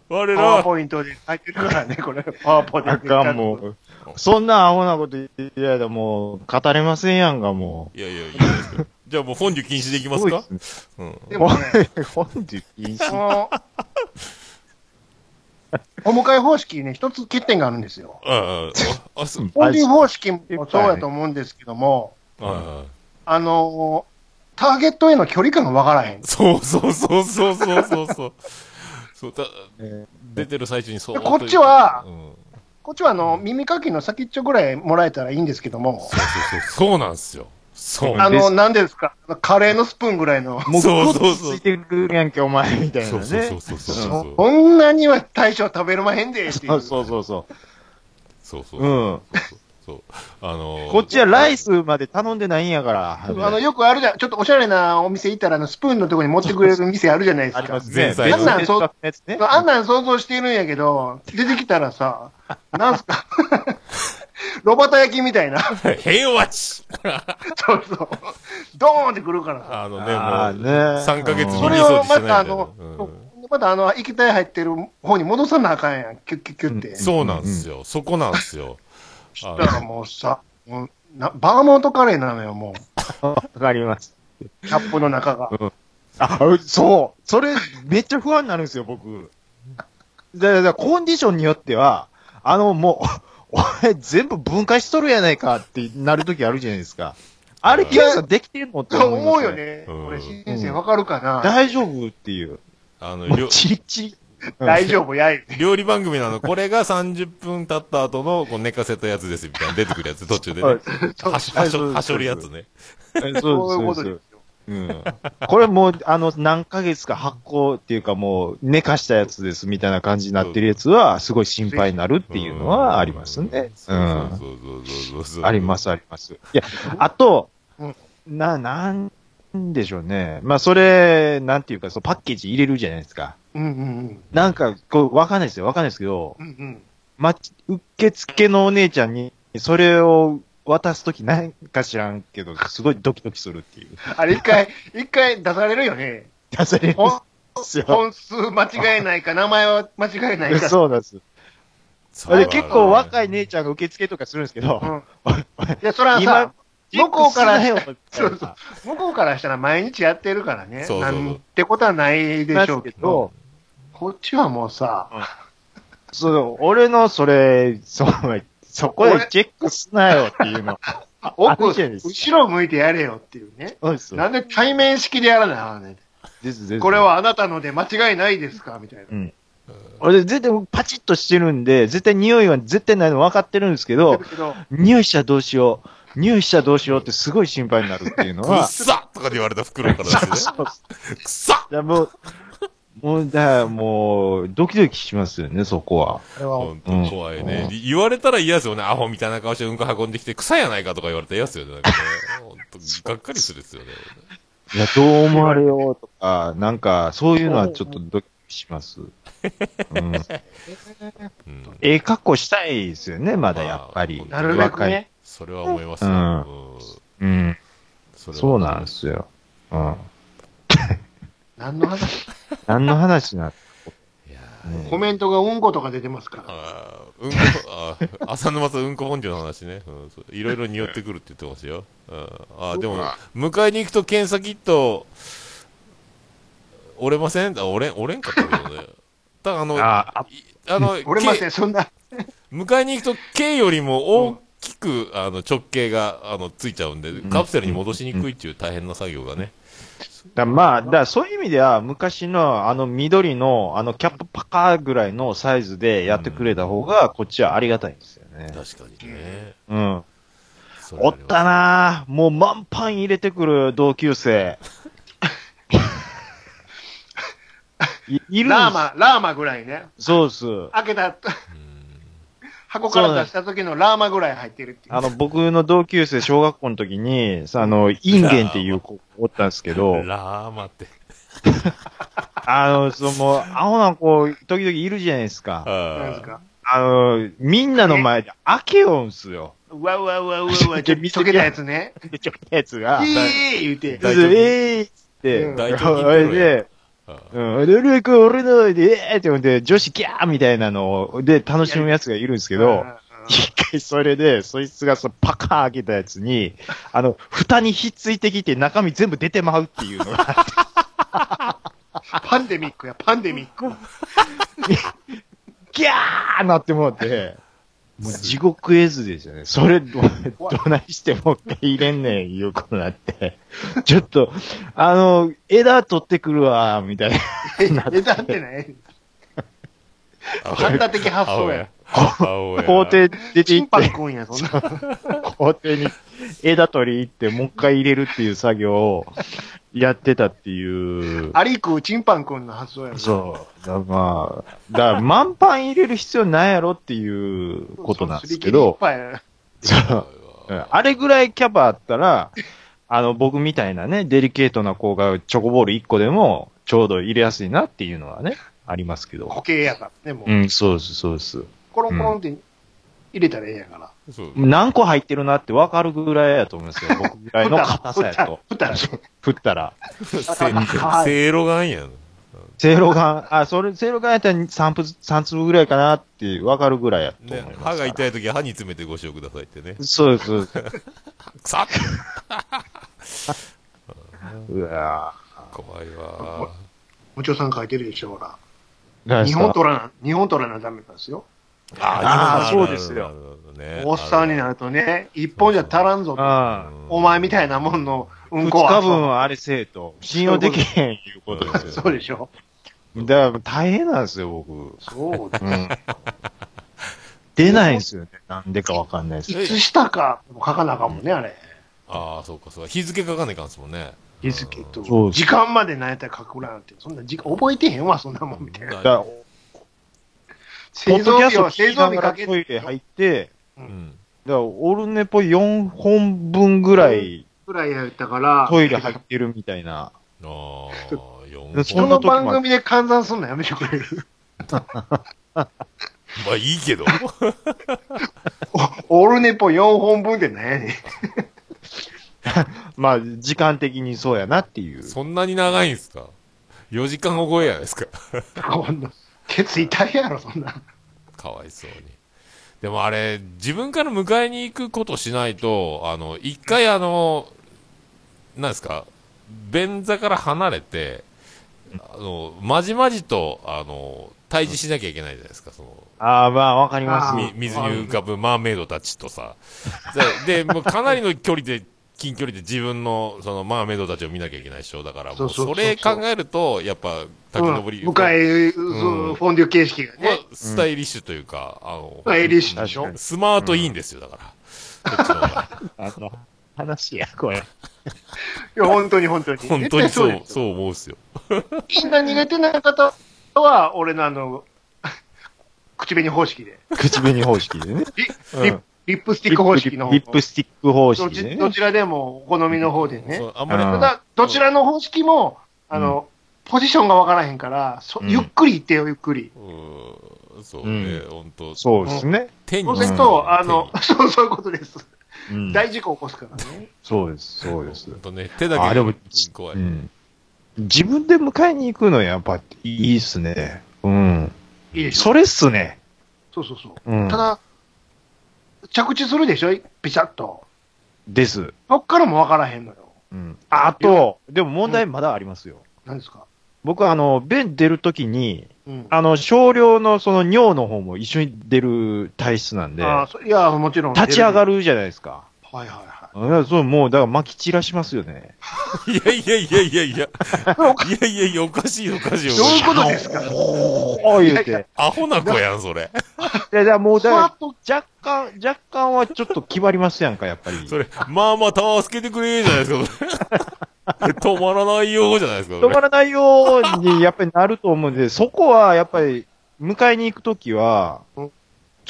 B: 我ら
A: パワー
B: は、
A: ポイントで書いてるからね、これ。パワーポイント
C: あ
A: で。
C: かん、もう。そんなアホなこと言ってやだ、もう、語れませんやんか、も
B: いやいやいいですよじゃあもうフォンデュ禁止でいき
C: う。
B: ますか
C: すごい
B: うん。
C: っ
A: です
C: ね
A: もね、
C: 本日 禁
A: こ
C: 止。
A: の、お迎え方式ね、一つ欠点があるんですよ。
B: ああ、あ、そう。
A: フォンデュ方式もそうやと思うんですけども、
B: ああ
A: あの、ターゲットへの距離感がわからへん。
B: そうそうそうそうそうそうそう。そうだ
C: え
B: 出てる最中にそう。
A: でこっちは
B: うん
A: こっちはあの、耳かきの先っちょぐらいもらえたらいいんですけども、
B: そうそうそう。そうなんですよ。そう。
A: あ
C: です
A: の、何ですか、あのカレーのスプーンぐらいの、
C: もう、
B: そ
C: そう
B: そ
C: うそうう
B: そう
C: ついてくるやんけ、お前、みたいな
B: そう
C: ね。
B: そうそうそうそうそう。
A: こんなには大将食べるまへんで、ってい
C: そうう。そうそうそう。
B: そうそう。
C: うん。
B: そう。あのー、
C: こっちはライスまで頼んでないんやから。
A: あの、よくあるじゃん、ちょっとおしゃれなお店行ったら、あの、スプーンのとこに持ってくれる店あるじゃないです
C: あり
A: か
C: ま。す
B: 前
C: ね。
B: 菜
A: の
C: 別々のやつね。
A: あんなん想像してるんやけど、出てきたらさ、なんすか、 ロバタ焼きみたいな、
B: 平和地
A: そうそう、ドーンってくるからさ。
B: あの
C: あ
B: ね、もう、
C: ーね
B: 3ヶ月に
A: そ
B: リ
A: れ
B: ソー
A: を
B: チして
A: ま
B: ない
A: た
B: みた
A: あ
B: いな
A: の、
B: うん
A: またあの、液体入ってる方に戻さなあかんやん、キュッキュッキュって。そ
B: そうなんですよ。そこなんですよ。あ
A: したらもうさ、もうなバーモントカレーなのよ、も
C: わかります。
A: う、キャップの中が。
C: あ、うそう。それ、めっちゃ不安になるんですよ、僕。だだだコンディションによっては、あの、もう、お前全部分解しとるやないかってなるときあるじゃないですか。あれ、検査できてんのって
A: そう
C: 思います
A: 思うよ。ね。
B: うん
A: これ、新生わかるかな、
C: 大丈夫っていう。
B: あの、
C: も
B: りょ
C: うチリチリ。
A: 大丈夫、やい。
B: 料理番組なの、これが30分経った後のこう寝かせたやつですみたいな出てくるやつ、途中でね。
C: はい
B: はし、はし
C: そう
B: ょ、
C: です
B: はしょるやつね。
C: 夫。そうです
A: そういう
C: そ
A: こ
C: う
A: と
C: で
A: です
C: す。
A: よ。
C: うん、これもう、あの、何ヶ月か発酵っていうかもう、寝かしたやつですみたいな感じになってるやつは、すごい心配になるっていうのはありますね。
B: そううんそうそうそうそう。。
C: ありますす、あります。いや、あと
A: うん、
C: な、なんでしょうね。まあ、それ、なんていうか、そうパッケージ入れるじゃないですか。
A: うんうん
C: なんか、こう、わかんないですよ、わかんないですけど
A: う、ん。うんうん。
C: ま、受付のお姉ちゃんに、それを渡すとき、なんか知らんけど、すごいドキドキするっていう。
A: あれ、一回、一回出されるよ ね。
C: 出されるん
A: 本
C: ですよ。
A: 本数間違えないか、名前は間違えないか。
C: そうなんです。
B: そ
C: あれ結構若
B: い。
C: い姉ちゃんが受付とかするんですけど、
A: うん。いや、そらさ、 向こうから
C: チェッ
A: し
C: ク
A: た
C: しなよ
A: そうそう向こうからしたら毎日やってるからね。
B: そうそうそう
A: なんてことはないでしょうけど、
C: うん
A: こっちはもうさ、
C: そう、俺のそれ、そそこでチェックすなよっていうの。
A: 奥、
C: あるじゃないですか
A: 後ろ向いてやれよっていうね。
C: そうです
A: なんで対面式でやらないのね。
C: ですです
A: これはあなたので間違いないですかみたいな。
C: うん。俺絶対パチッとしてるんで、絶対匂いは絶対ないの分かってるんですけ
A: だ
C: ど、
A: けど、
C: 匂いしたらどうしよう、匂いしたらどうしようってすごい心配になるっていうの
B: くっ
C: は、
B: さとかで言われた袋からです ね。
C: そうっす
B: くっさ
C: だからもう、もう、だからもう、ドキドキしますよね、そこは。
A: あれは、
B: 本当怖いね。言われたら嫌ですよね。アホみたいな顔してうんこ運んできて、草やないかとか言われたら嫌ですよね。なんかね本当がっかりするですよね。
C: いや、どう思われようとか、なんか、そういうのはちょっとドキドキします。うん、
B: うん。
C: ええ格好したいですよね、まだやっぱり。
B: まあ
A: なるべくね。
B: それは思います
C: う
B: よ。う
C: ん
B: ん
C: 若い。うん。
B: それは
C: そうなんですよ。うん。
A: 何の話
C: 何の話なん
B: いや
A: コメントがうんことか出てますから。
B: あーうんこ、あー浅沼さんうんこ本領の話ね。うんそういろいろ匂ってくるって言ってますよ。うん、あーでも、迎えに行くと検査キット、折れませんあ折れん、折れんかったけどね。ただあの、いあ
C: ああ、
B: の、
A: 俺ません、そんな。
B: け迎えに行くと、K よりも大きく、あの直径があのついちゃうんで、カプセルに戻しにくいっていう大変な作業がね。
C: だまあ、だからそういう意味では、昔のあの緑の、あのキャップパカーぐらいのサイズでやってくれた方が、こっちはありがたいんですよね。ね。
B: 確かにね。
C: うん。
B: それ
C: お
B: はあ
C: っ
B: ります
C: たなぁ。もう満パン入れてくる同級生。 いいるん
A: ラーマ、ラーマぐらいね。
C: そうっす。
A: 開けた、
B: うん
A: 箱から出した時のラーマぐらい入ってるっていう。
C: あの、僕の同級生、小学校の時に、さあの、インゲンっていう子おったんですけ ど、
B: ラーマって。
C: あの、その、アホな子、時々いるじゃないですか。
A: なんです
B: あ
A: か
C: あの、みんなの前で開けようんすよ。
A: うわうわうわうわうわ、ちょ
C: 見
A: 見
C: と
A: と
C: け
A: け
C: た
A: た
C: や
A: やつね。
C: ちょやつが、
A: い
C: で
A: えー言うて。
B: 大丈夫
C: えーって、
A: うん
B: 大丈夫
C: あれで、うん、ルルー君俺の上で、えーって呼んで、女子ギャーみたいなのをで、楽しむやつがいるんですけど、一回それで、そいつがそのパカーン開けたやつに、あの、蓋にひっついてきて中身全部出てまうっていうの が、
A: パンデミックや、パンデミッ ク。
C: ギャーなってもうて、もう地獄絵図ですよね。それ、ど、どないしてもう入れんねん、いうことになって。ちょっと、あの、枝取ってくるわ、みたいな。
A: 枝ってない。
B: あ
A: 反射的発想や。。
B: 青や。
C: 校庭出て
A: チ
C: 行
A: ン
C: って
A: パン。君や、そんな。
C: 校庭に枝取り行って、もう一回入れるっていう作業をやってたっていう。
A: アリ食うチンパン君の発想や。
C: そう。だまあ、だから満パン入れる必要ないやろっていうことなんですけど、
A: そうすり切りいっぱい
C: そううんあれぐらいキャパあったら、あの、僕みたいなね、デリケートな子がチョコボール1個でもちょうど入れやすいなっていうのはね、ありますけ
A: 固
C: ど。
A: 形やからね、もう
C: う。ん、そうです、そうです。
A: コロンコロンって入れたらええんやから。
B: そう
C: 何個入ってるなって分かるぐらいやと思いますよ。僕ぐらいの硬 さやと。
A: ふたら、ふたら
C: 振ったら。
B: せせいろがんやん。
C: せいろがん、あ、それ、せいろがんやったら3粒、三粒ぐらいかなって分かるぐらいやと思い
B: ね
C: ます、から。
B: 歯が痛いときは歯に詰めてご使用くださいってね。
C: そうですそうです。
B: くさっ
C: うわ
B: 怖いわ。
A: お嬢さん書いてるでしょ、ほら。
C: ぁ。
A: 日本取らな、日本取らなダメなんですよ。
C: あー
B: 日本
C: そうですよ。
B: ね
A: おっさんになるとね、一本じゃ足らんぞと。
C: あ
A: お前みたいなもんの
C: あ。
A: う
C: 二
A: んこ
C: 日
A: は。
C: 分はあれせえと。信用できへんいうことですよ。
A: そうでしょ。
C: だから大変なんですよ、僕。
A: そうだ。
C: うん。出ないんですよね。なんでかわかんないです。
A: いつしたか、書かなあかんもんね、あれ。
B: ああ、そうか、そうか。日付書かないかんですもんね。
A: 日付
C: そう
A: と。
C: です
A: 時間まで何やったら書くなんて。そんな時間、覚えてへんわ、そんなもんみたいな。
C: だから、
B: う
C: ポ
A: 製
C: ッド
A: 造
C: キャ
A: 日
C: スト
A: は、
C: 聞
A: 製
C: きな
A: 造
C: が
A: 日
C: ら
A: か
C: ト
A: け
C: イレ入って、
B: ん。
C: だからオルネポ4本分ぐらい
A: ぐらいやったから、
C: トイレ入ってるみたいな。
B: ああ、4
C: そ
A: そ
B: 本。
C: んな
A: の
C: 時もある
A: 番組で換算すんのやめてくれ る。
B: まあいいけど。
A: オルネポ4本分って何やねん。
C: まあ、時間的にそうやなっていう。
B: そんなに長いんすか ?4 時間超えやないですか。
A: こんなケツ痛いやろ、そんな。
B: かわいそうに。でもあれ、自分から迎えに行くことしないと、あの、一回あの、なんですか、便座から離れて、あの、まじまじと、あの、対峙しなきゃいけないじゃないですか、その、
C: ああ、まあ、わかりま
A: あ
C: す
B: み
A: ー
B: 水に浮かぶマーメイドたちとさ。 で、でもうかなりの距離で、近距離で自分の、その、マーメイドたちを見なきゃいけないでしょ。だから、もう、
A: そうそ
B: そう
A: そう
B: れ
A: そう
B: 考えると、やっぱ、
A: うん
B: 滝登り、
A: 迎え、そう
B: うん
A: フォンデュ形式が
B: まあ
A: ね。
B: スタイリッシュというか、あの、
A: まあ、エリッシュでしょ
C: 確。
B: スマートいいんですよ、だから。こっちの方 が
C: あの、話や、これ。
A: いや、本当に本当に。
B: 本当にそ
A: 絶
B: う
A: 対、
B: そう思うっすよ。
A: です。みんな苦手な方は、俺のあの、 口紅方式で。
C: 口紅方式でね。
A: リ
C: うん
A: リップリップスティック方式の方
C: リップスティック方
A: どっ
C: 式
A: ち
C: ね。
A: どちらでもお好みの方でね
B: そ。うあんまり
C: う
A: た
C: ん
A: だ、どちらの方式も、あの、ポジションがわからへんから、そ
C: うん
A: ゆっくり行ってよ、ゆっくり。
B: うーん、そうね
C: う、
B: 本当
C: そうですね。
B: 手
A: そう
B: に
A: する
C: う
A: と、あの、そう、そういうことです。
C: うん
A: 大事故起こすからね。
C: そうです、そ
B: 手
C: うで
B: に
C: す
B: ほ。んとね、手だけ
C: あでも。
B: うん怖いう
C: ん自分で迎えに行くのやっぱいいっすね。うん。
A: いいでしょ。
C: それっすね。
A: そうそうそう。
C: うん。
A: ただ、着地するでしょピシャッと。
C: です。
A: そっからもわからへんのよ。
C: うん。あと、でも問題まだありますよ。
A: 何ですか
C: 僕はあの、便出るときに、
A: うん。
C: あの、少量のその尿の方も一緒に出る体質なんで、
A: あーそいや、もちろん。
C: 立ち上が
A: る。
C: るじゃないですか。
A: はいはいはな。
C: いや、そう、もう、だから、撒き散らしますよね。
B: いやいやいやいやいや。いやいやいや、おかしいおかしいお
A: どう
B: か
A: い
B: し
A: う
B: い。
A: ことですか
C: おー言うて。いやい
B: アホな子やん、それ。
C: や、だからもう、だ
A: ふわっ
C: から、若干、若干はちょっと決まりますやんか、やっぱり。
B: それ、まあまあ、助けてくれ、じゃないですか、それ。止まらないよ、じゃないですか、そ
C: 止
B: れ
C: まらないように、やっぱりなると思うんで、そこは、やっぱり、迎えに行くときは、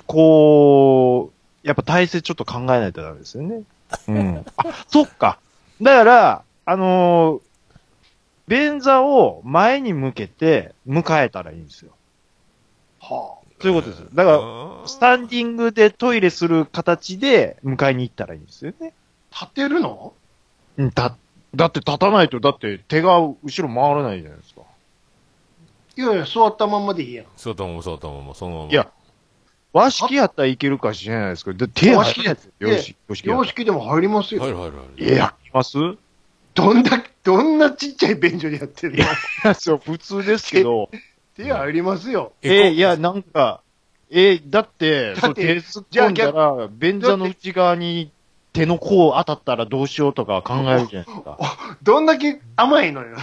C: こう、やっぱ体制ちょっと考えないとダメですよね。うん。あ、そっか。だから、あのー便座を前に向けて迎えたらいいんですよ。
A: は
C: そういうことです。だから、
B: うん
C: スタンディングでトイレする形で迎えに行ったらいいんですよね。
A: あ、立てるの
C: うん、だ、だって立たないと、だって手が後ろ回らないじゃないですか。
A: いやいや、座ったまんまでいいやん。
B: そうとも、そうとも、もうそのまま。
C: いや、和式やったらいけるかしれないですけど、で手
A: 和式やつ
C: 洋式、洋式や
A: 洋
C: った
A: 式でも入ります
B: 入
A: よ。
B: る入る入る。
C: ら。いや、いますい
A: どんだ、どんなちっちゃい便所でやってるの
C: や、そう、普通ですけど。
A: 手入りますよ。
B: え
C: え、いや、なんか、えだって、
A: だって
C: そう手突っ込んだら、便座の内側に手の甲当たったらどうしようとか考えるじゃないですか。
A: どんだけ甘いのよ。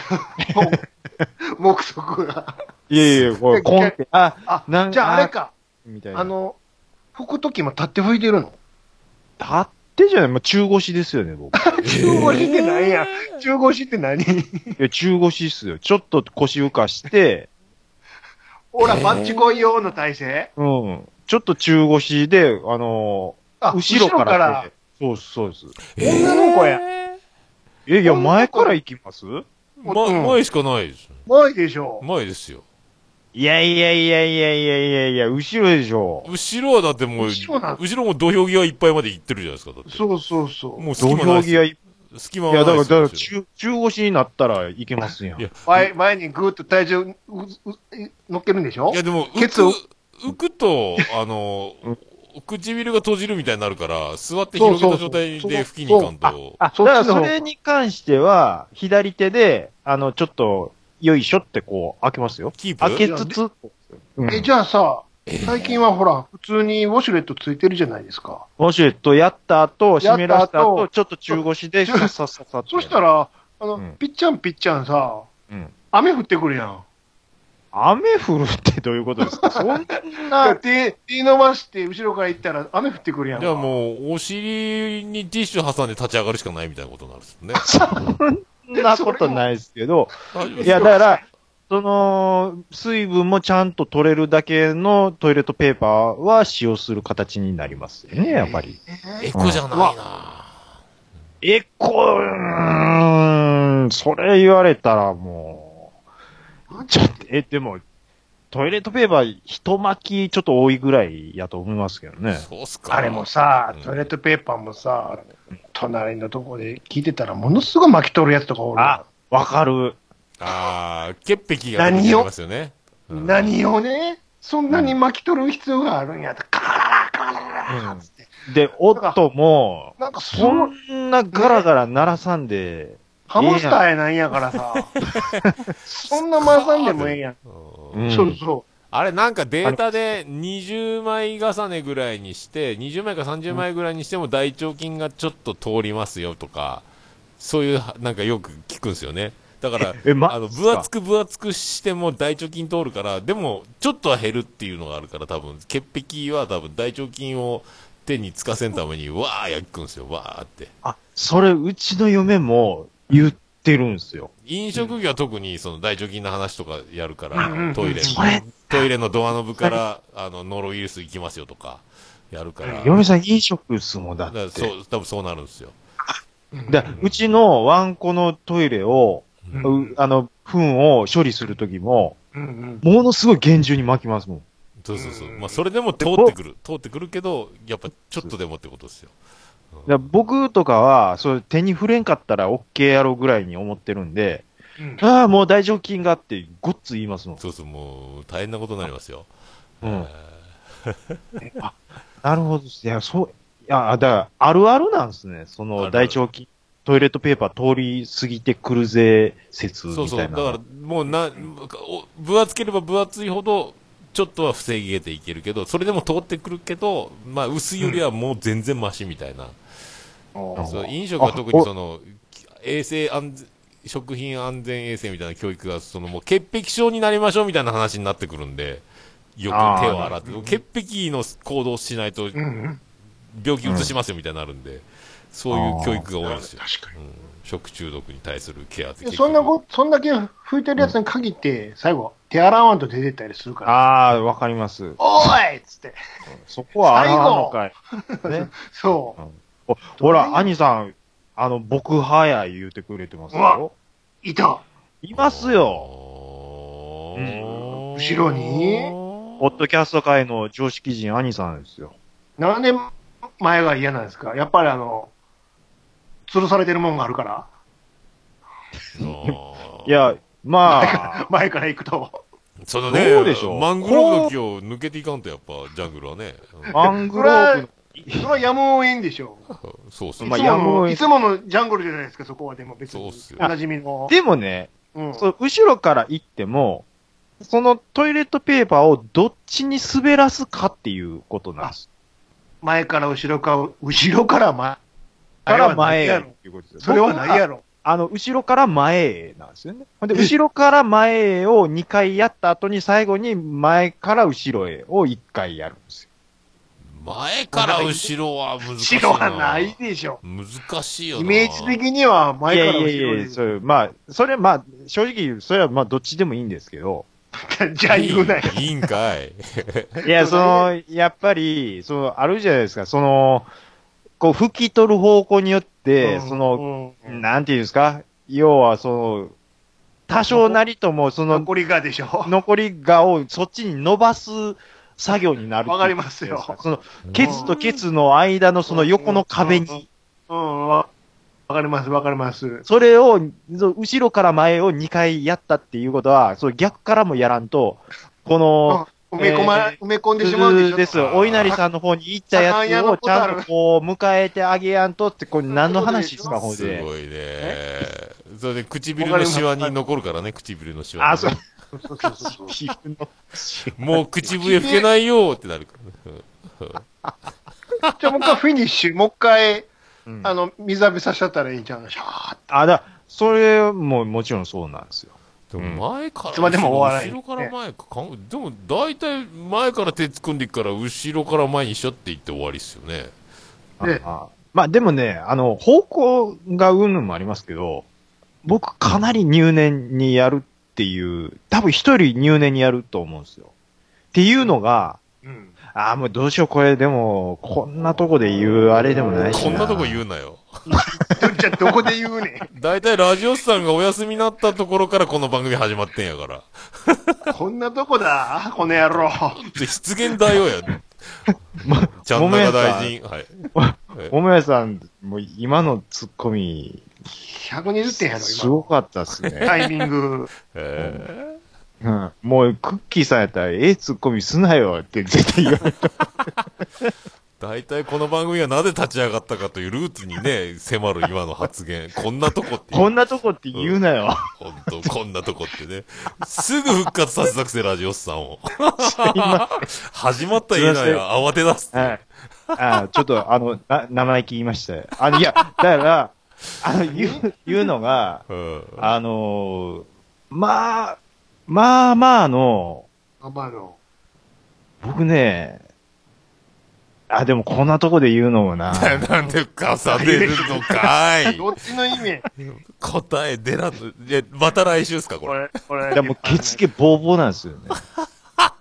A: もう目測が。
C: いやいや、これ、コンって、あ、
A: あ、
C: なん
A: じゃああれか。
C: みたいな。
A: あの、拭くときも立って拭いてるの
C: 立ってじゃない、まあ、中腰ですよね、僕。い
A: 中腰って何や。中腰って何
C: や、中腰っすよ。ちょっと腰浮かして、
A: ほら、バッチコイ用の体勢
C: うん。ちょっと中腰で、あの
A: あ、
C: 後ろからって。そうそうです。
A: 女の子や
B: え
C: え、いや、
A: 女の子
C: 前から行きます
B: ーま、前しかないです。
A: ら。前でしょ。
B: 前ですよ。
C: いやいやいやいやいやいやいや、後ろでしょ。
B: 後ろはだってもう、
A: 後ろなん
B: 後ろも土俵際いっぱいまで行ってるじゃないですか、だって。
A: そうそうそう。
B: もう隙
C: 土
B: 間な
C: 俵
B: いです
C: 際
B: よ。
C: い、い
B: 隙間は
C: や、だ
B: な
C: か
B: い
C: ら、
B: で
C: だ
B: す
C: か
B: よ後ろ
C: ら中、中腰になったらいけますやん。
B: いや
A: 前前にぐーっと体重うう乗っけるんでしょ
B: いや、でも、浮
A: ケツを
B: く、浮くと、あの、唇が閉じるみたいになるから、座って広げた状態
A: そうそうそう
B: で付近に行かん
A: そう
B: と。
C: あ、だ
A: そ
C: か
A: っちの
C: らそれに関しては、左手で、あの、ちょっと、よいしょってこう、開けますよ。
B: キープ
C: 開けつつ、うん
A: え、じゃあさ、最近はほら、普通にウォシュレットついてるじゃないですか。
C: ウォシュレットやった後、
A: やった後
C: 湿らした後、ちょっと中腰で、
A: そ
C: さ
A: う
C: っさっさっさって
A: そした、ら、あの、
C: うん
A: ピッチャンピッチャンさ、
C: うん
A: 雨降ってくるやん。
C: 雨降るってどういうことですか そんな、
A: 手、手伸ばして後ろから行ったら雨降ってくるやんか。
B: じゃあもう、お尻にティッシュ挟んで立ち上がるしかないみたいなことになるんですよね。
C: そんなことないですけど、
B: 大丈夫で
C: い
B: す
C: や、だから、その、水分もちゃんと取れるだけのトイレットペーパーは使用する形になりますよね、やっぱり。
B: エコじゃないな
C: え、こう、うーん、それ言われたらもう、ちょっと、え、でも、トイレットペーパー一巻きちょっと多いぐらいやと思いますけどね。
B: そうっすか。
A: あれもさ
B: うん、
A: トイレットペーパーもさ、隣のとこで聞いてたらものすごい巻き取るやつとかおるやん
C: あ、わかる。
B: ああ、潔癖が出てきますよね。うん
A: 何をね、そんなに巻き取る必要があるんやと、カラカラカラカラカラつって。
C: で、夫も、
A: なんかそ
C: そ
A: の
C: んなガラガラ鳴らさんで、
A: ハムスターやなんやからさ、 そんな回さんでもええやん。
B: うん
C: うん、
A: そうそ
B: あれなんかデータで20枚重ねぐらいにして、20枚か30枚ぐらいにしても大腸菌がちょっと通りますよとか、そういうはなんかよく聞くんですよね。だから
C: えま
B: あの、分厚く分厚くしても大腸菌通るから、でも、ちょっとは減るっていうのがあるから、多分、潔癖は多分大腸菌を手につかせんために、わーやっくんですよ、わーって。
C: あ、それ、うちの嫁も言ってるんですよ。
B: 飲食業は特にその大腸菌の話とかやるか
A: うんうん
B: ら、トイレ
A: そ
C: れ、
B: トイレのドアノブから、あの、ノロウイルス行きますよとか、やるから。
C: 嫁さん飲食っすもんだ
B: だ
C: っ
B: から
C: て。
B: そう、多分そうなるんですよ。
A: う。
C: だうちのワンコのトイレを、
A: う
C: うんあの、糞を処理するときも、
A: うんうん
C: ものすごい厳重に巻きますもん。
B: そうそうそう。
A: うん
B: まあ、それでも通ってくる。通ってくるけど、やっぱちょっとでもってことですよ。
C: だから僕とかは、それ手に触れんかったら OK やろうぐらいに思ってるんで、
A: うん
C: ああ、もう大腸菌があって、ごっつ言いますもん。
B: そうそう、もう、大変なことになりますよ。
C: うん
B: え。
C: なるほどっす。いや、そう、いや、だから、あるあるなんですね。そ
B: あるあ
C: の、
B: る
C: 大腸菌、トイレットペーパー通り過ぎてくるぜ説
B: ー
C: みた
B: そう
C: いな。
B: そう。だから、もうな、お分厚ければ分厚いほど、ちょっとは防げていけるけど、それでも通ってくるけど、まあ、薄いよりはもう全然マシみたいな。
C: うん
B: そう飲食は特にその衛生安全食品安全衛生みたいな教育がそのもう潔癖症になりましょうみたいな話になってくるんでよく
C: あー
B: 手を洗って潔癖の行動をしないと
A: うん。
B: 病気うつしますよみたいになるんで、そういう教育が多いですよ、
A: 確か
B: う
A: に。
B: ん、食中毒に対するケアって
A: でそんなこ、そんだけ拭いてるやつに限って、最後、手洗わんと出てったりするから。
C: ああ、わかります。
A: おいっつって。
C: そこは洗わんのかい。ね、
A: そう。
C: おほら、兄さん、あの、僕早い言うてくれてます
A: うわ
C: よ。
A: いた。
C: いますよ。
B: おー
C: うん
A: 後ろに
C: ポッドキャスト界の常識人、兄さんですよ。
A: なんで前が嫌なんですかやっぱりあの、吊るされてるもんがあるから、
B: あー
C: いや、ま あ、
A: 前から行くと。
B: そのね
C: どうでしょう
B: マングローブの木を抜けていかんとやっぱジャングルはね、
C: マングローブの
A: それはやむを得んでしょう。
B: うんそうそう、
C: まあ
A: いつも
C: やむを
A: の
C: 得
A: いつものジャングルじゃないですか、そこはでも別に。
B: そうっすよ
A: おなじみの。
C: でもね、
A: うん、
C: そう後ろから行っても、そのトイレットペーパーをどっちに滑らすかっていうことなんです。
A: 前から後ろか、後ろから前。
C: から前へ
A: や
C: っ
A: ろ。
C: ていうことですよ
A: それはないやろ。
C: あの、後ろから前へなんですよね。ほんで、後ろから前へを2回やった後に最後に前から後ろへを1回やるんですよ。
B: 前から後ろは難しい
A: 後ろ
B: な。
A: はないでしょ。
B: 難しいよな。
A: イメージ的には前
C: い
A: から
C: や
A: 後
C: い
A: ろ
C: や
A: に
C: いやそういう、まあ、それまあ、正直、それはまあ、どっちでもいいんですけど、
A: じゃあ言うなよ。
B: いいいいんかい。
C: いや、その、やっぱり、その、あるじゃないですか、その、こう、拭き取る方向によって、その、
A: うん、うん
C: なんていうんですか、要は、その、多少なりとも、その、
A: 残りがでしょ。
C: 残りがをそっちに伸ばす作業になる。
A: わかりますよ
C: その、ケツとケツの間のその横の壁に、
A: うん、わわかります、わかります。
C: それを、そう後ろから前を2回やったっていうことは、そう逆からもやらんと、この、
A: 埋め込ま、
C: えー
A: 埋め込んでしまうんでし
C: 鈴
A: ょ。
C: ですよ。お稲荷さんの方に行ったやつをちゃんとこう迎えてあげやんとって、これ何の話ですか、ほん
B: す
C: で。
B: ごいね。それで唇のシワに残るからね、唇のシワに。
C: あ、そう。
A: そうそうそうそう
C: 自分の
B: もう口笛吹けないよってなるからね。
A: じゃあもう一回フィニッシュ、もう一回、
C: うん
A: あの、水浴びさせちゃったらいいんちゃうシャーって。
C: あ、だ、それももちろんそうなんですよ。
B: でも前から、
A: いつまでも終わらない
B: 後ろから前か、かんでも大体前から手突っ込んでいくから、後ろから前にしちゃっていって終わりっすよね。
A: で
C: あまあでもね、あの、方向がうんぬんもありますけど、僕かなり入念にやるっていう、多分一人入念にやると思うんですよ。っていうのが、
A: うん。
C: ああ、もうどうしよう、これでも、こんなとこで言うあれでもないし
B: こんなとこ
C: う。
B: 言うなよ。
A: じゃあどこで言うねん。
B: 大体ラジオスさんがお休みになったところからこの番組始まってんやから。
A: こんなとこだ、この野郎。
B: で、失言大王や。
C: ま、
B: ちゃん中大臣。はい。
C: 桃屋さん、もう今のツッコミ、
A: 120点やろ、
C: す
A: 今の。
C: ごかったっすね。
A: タイミング。
B: え
C: うん、もう、クッキーさんやったら、ええツッコミすなよって絶対言 われた。
B: ー大体この番組がなぜ立ち上がったかというルーツにね、迫る今の発言。こんなとこっていう。
C: こんなとこって言うなよ。
B: ほんと、こんなとこってね。すぐ復活させたくせ、ラジオスさんを。始まったらいいなよ。慌て出す。
C: はい。ああちょっと、あの、な、生意気言いましたよ。あの、いや、だから、あの、言う、言うのが、
B: うん。
C: あのーまあ、まあまあの、
A: 頑張ろ
C: 僕ね、あ、でもこんなとこで言うのも な。
B: なんで重ねるのか
A: う。
B: い。
A: どっちの意味
B: 答え出らんの。いや、また来週っすか、こ
A: こ
B: れ。
A: れ、これ。
C: いや、もう、ケツ毛ボーボーなんですよ ね。
A: いい
B: いいじゃない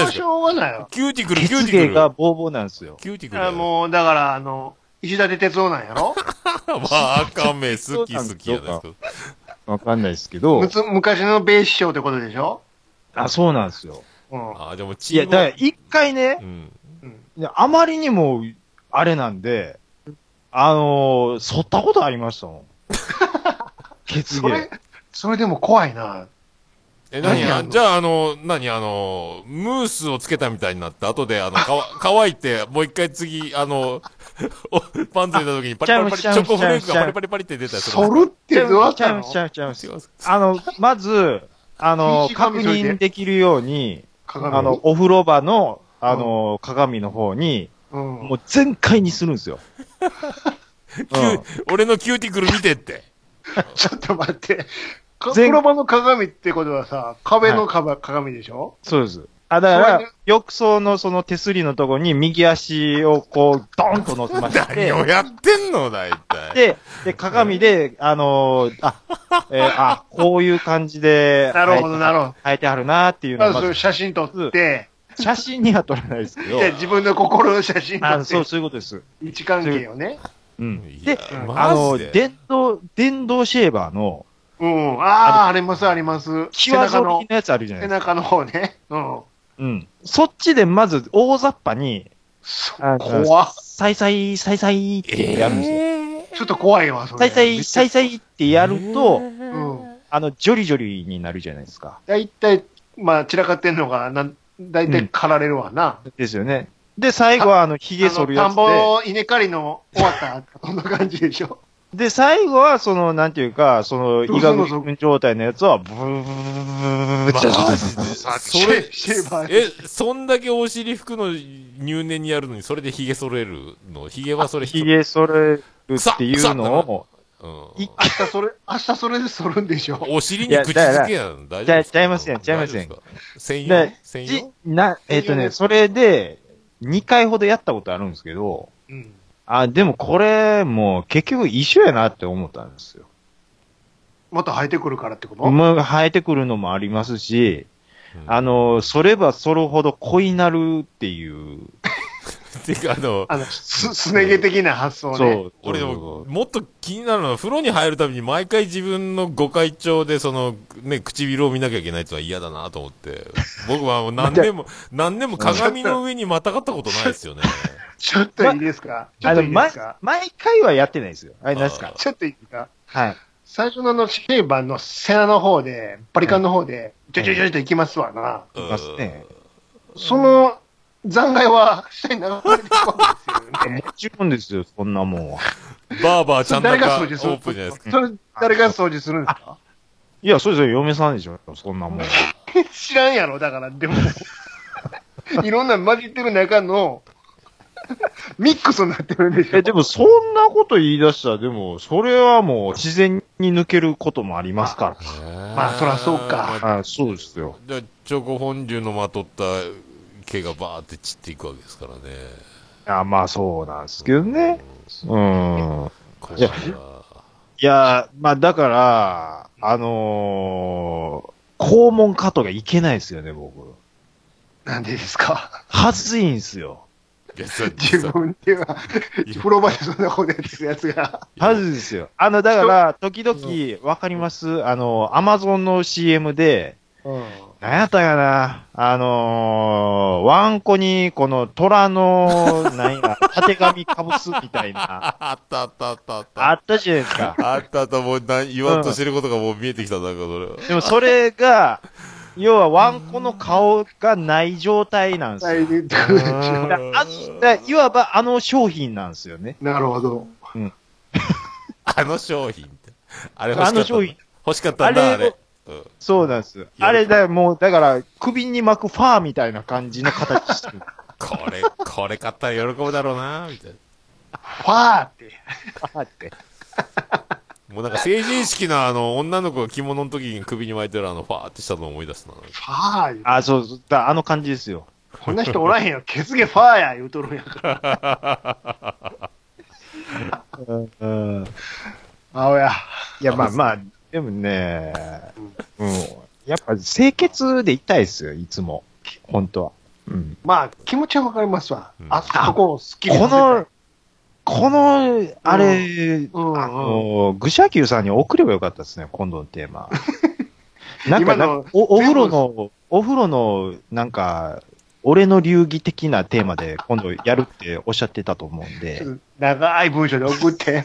B: です
A: し
B: か。
A: ょうがないよ。
B: キューティクル、
C: ケ
B: キュー
C: ツ
B: ティク
C: 毛
B: ル。
C: がボーボーなんですよ。
B: キューティクル
A: あ
B: や。
A: もう、だから、あの、石立哲夫なんやろ
B: まあ、赤目好き好きやですけど。
C: わかんないですけど
A: む。つ昔の米師匠ってことでしょ
C: あ、そうなんですよ。
A: うん。
B: ああ、でもチ
C: いや、
B: ー
C: だ
B: ム
C: から
B: は。
C: 一回ね
B: う、ん。
A: うん
C: あまりにも、あれなんで、あのー、剃ったことありまし たもん。血
A: それ
C: 芸。、
A: それでも怖いな。
B: え、
A: 何
B: 何や
A: やんの
B: じゃあ、あの、何あの、ムースをつけたみたいになって、後で、あの、 かわ、乾いて、もう一回次、あの、おパンツ入れた時にパリパリパリ、
C: ち
B: チ
C: ゃうちゃう
B: ョコフレークが
C: ち
B: パ
C: ゃう
B: リパリパリって出たりする
A: そるってどうやっ
C: ちゃ
A: た
C: いま
A: の
C: す、ちゃいます、ちゃいます
B: 違い。ます
C: あの、まず、あの、
A: 禁止
C: 確
A: 紙取りで
C: 認できるように、
A: 鏡
C: あの、、お風呂場の、あの、鏡の方
A: う
C: に、
A: ん
C: もう全開にするんですよ。
B: キュ俺のキューティクル見てって。
A: ちょっと待って。か風
C: 全
A: 呂場の鏡ってことはさ、壁のかば鏡でしょ
C: そうです。あ、だか
A: それ
C: ら、浴槽のその手すりのとこに右足をこう、ドンと乗せまし
B: 何
C: て、
B: をやってんの、大体。
C: で、で、鏡で、あのーあ、えーあ、こういう感じで、
A: なるほど、
C: 生え
A: なるほど。
C: 生えてはるなーっていうの
A: ま
C: を、
A: ず
C: ま
A: それ
C: ず、
A: 写真撮って、
C: 写真には撮らないですけど
A: じ、ゃあ自分の心の写真撮
C: あ
A: っ
C: そう、
A: て、
C: そういうことです。
A: 位置関係をね。
C: うん。
B: い
C: で
B: や、
C: あの
B: マジで。
C: ー、電動、電動シェーバーの、
A: うん。ああ、あります、あります。背
C: 際
A: 中
C: 状
A: の
C: 的、なやつあるじゃな
A: 背
C: いです
A: 中
C: か。
A: の方ね。うん。
C: うん。そっちでまず、大雑把に、
A: そ
C: あの
A: 怖っ
C: サイサイ、サイサイってやるんですよ。
B: え
A: ちょっと怖いわ、それ。
C: サイサイ、サイサイってやると、
A: うん。
C: あの、ジョリジョリになるじゃないですか。
A: 大体、まあ、散らかってんのが、なん、大体刈られるわな。
C: ですよね。で、最後はあの、髭
A: あの
C: 剃るや
A: 田
C: つ
A: んぼ
C: で、
A: の稲刈りの終わった後、こんな感じで しょ。
C: で、最後はその、なんていうか、その、医
A: どうすんの
C: 学部分状態のやつは、ブーブーブーブーブーブーブーブーブーブー
B: マジで。それ、
A: シェーバー
B: え、そんだけお尻服の入念にやるのに、それで髭剃れるの髭はそれ、
C: 髭剃るっていうのを、
B: うん。
A: 明
C: い
A: 日それ、明日それで剃るんでしょ。
B: お尻に口づけやん。大丈夫ですか
C: ちゃいますやんちゃいますやん。
B: 大丈夫ですか専用
C: で
B: 専
C: じ
B: 用
C: な、えっとね、それで、2回ほどやったことあるんですけど、
A: うん。
C: あ、でもこれ、もう結局一緒やなって思ったんですよ。
A: また生えてくるからってこと、
C: もう生えてくるのもありますし、あ
B: の、
C: の、そればそるほど濃いなるっていう。
B: てか、あの、
A: あの、す、すね毛的な発想ね。
C: う
B: 俺でも、もっと気になるのは、風呂に入るたびに毎回自分のご会長で、その、ね、唇を見なきゃいけないってのは嫌だなと思 って。僕はもう何年も、何年も鏡の上にまたがったことないです よね。
A: ちょっといいですか、ちょ
C: あ
A: っとい
C: の、
A: いで
C: 毎
A: すか、
C: 毎回はやってないですよ。あれ、何です
B: あ
C: か
B: ー
A: ちょっといいですか
C: はい。
A: 最初のあの、シェーバーの背中の方で、バリカンの方で、ちょちょちょちょいきますわな。
B: うん
C: ますね
A: その残骸は下に流れてくるんですよね。
C: もちろんですよ、そんなもんは。
B: バーバー ちゃんだ
A: 誰
B: か
A: が
B: オ
A: 掃除する
B: ープンじゃないですか。
A: それ、誰が掃除するんですか
C: いや、そうですよ、嫁さんでしょ、そんなもんは。
A: 知らんやろ、だから、でも。 いろんな混じってる中の、ミックスになってるんでしょ
C: え、。でも、そんなこと言い出したら、でも、それはもう、自然に抜けることもありますか
B: ま
A: まあそらそうか
C: ら。あそうですよ。
B: じゃあ、チョコ本流のまとった毛がバーって散っていくわけですからね。
C: あまあ、そうなんですけどね。うん。
B: こ
C: いやいや、まあ、だから、あのー、肛門カットがいけないですよね、僕。
A: なんでですか。
C: はずいんですよ。
B: いや、それ
A: 自分では、風呂場でそんなことやってるやつが。
C: はずですよ。あの、だから、時々、わかりますあの、アマゾンの CM で、なんやったかなあのー、ワンコに、この、虎 の、なんや、縦紙かぶすみたいな、
B: ああったあったあったあった。
C: あったじゃないです か。
B: あったあった、もうな言わんとしてることがもう見えてきた、なんかそれ。
C: でも、それが、要は、ワンコの顔がない状態なんです
A: 大
C: よ。
A: 変だ
B: あ
C: だあだいわば、あの商品なんですよね。
A: なるほど。
B: あの商品って。あれ欲しかった。
C: あの商品。。
B: 欲しかったんだ、あ
C: あれ
B: れ
C: を。
B: うん
C: そうなんです。あれだ、もう、だから、首に巻くファーみたいな感じの形 してる。
B: これ、これ買ったら喜ぶだろうな、みたいな。
A: ファーって。
C: ファーって。
B: もうなんか成人式のあの、女の子が着物の時に首に巻いてるあの、ファーってしたのを思い出すな。
A: ファー言う
C: あ、そうそうだ、あの感じですよ。
A: こんな人おらへんよ。ケツ毛ファーや言うとるんやから。
C: うん。
A: あおや。
C: いや、まあまあ、でもね、うん。やっぱ清潔でいたいですよ、いつも。本当は。うん。
A: まあ、気持ちはわかりますわ。
B: うん
A: あそこを好き
C: この、この、あれ、
A: うん
C: あの、グシャキューさんに送ればよかったですね、今度のテ ーマ。なんか
A: 今の
C: お、お風呂の、お風呂の、なんか、俺の流儀的なテーマで今度やるっておっしゃってたと思うんで
A: ち。ょっと長い文章で送って、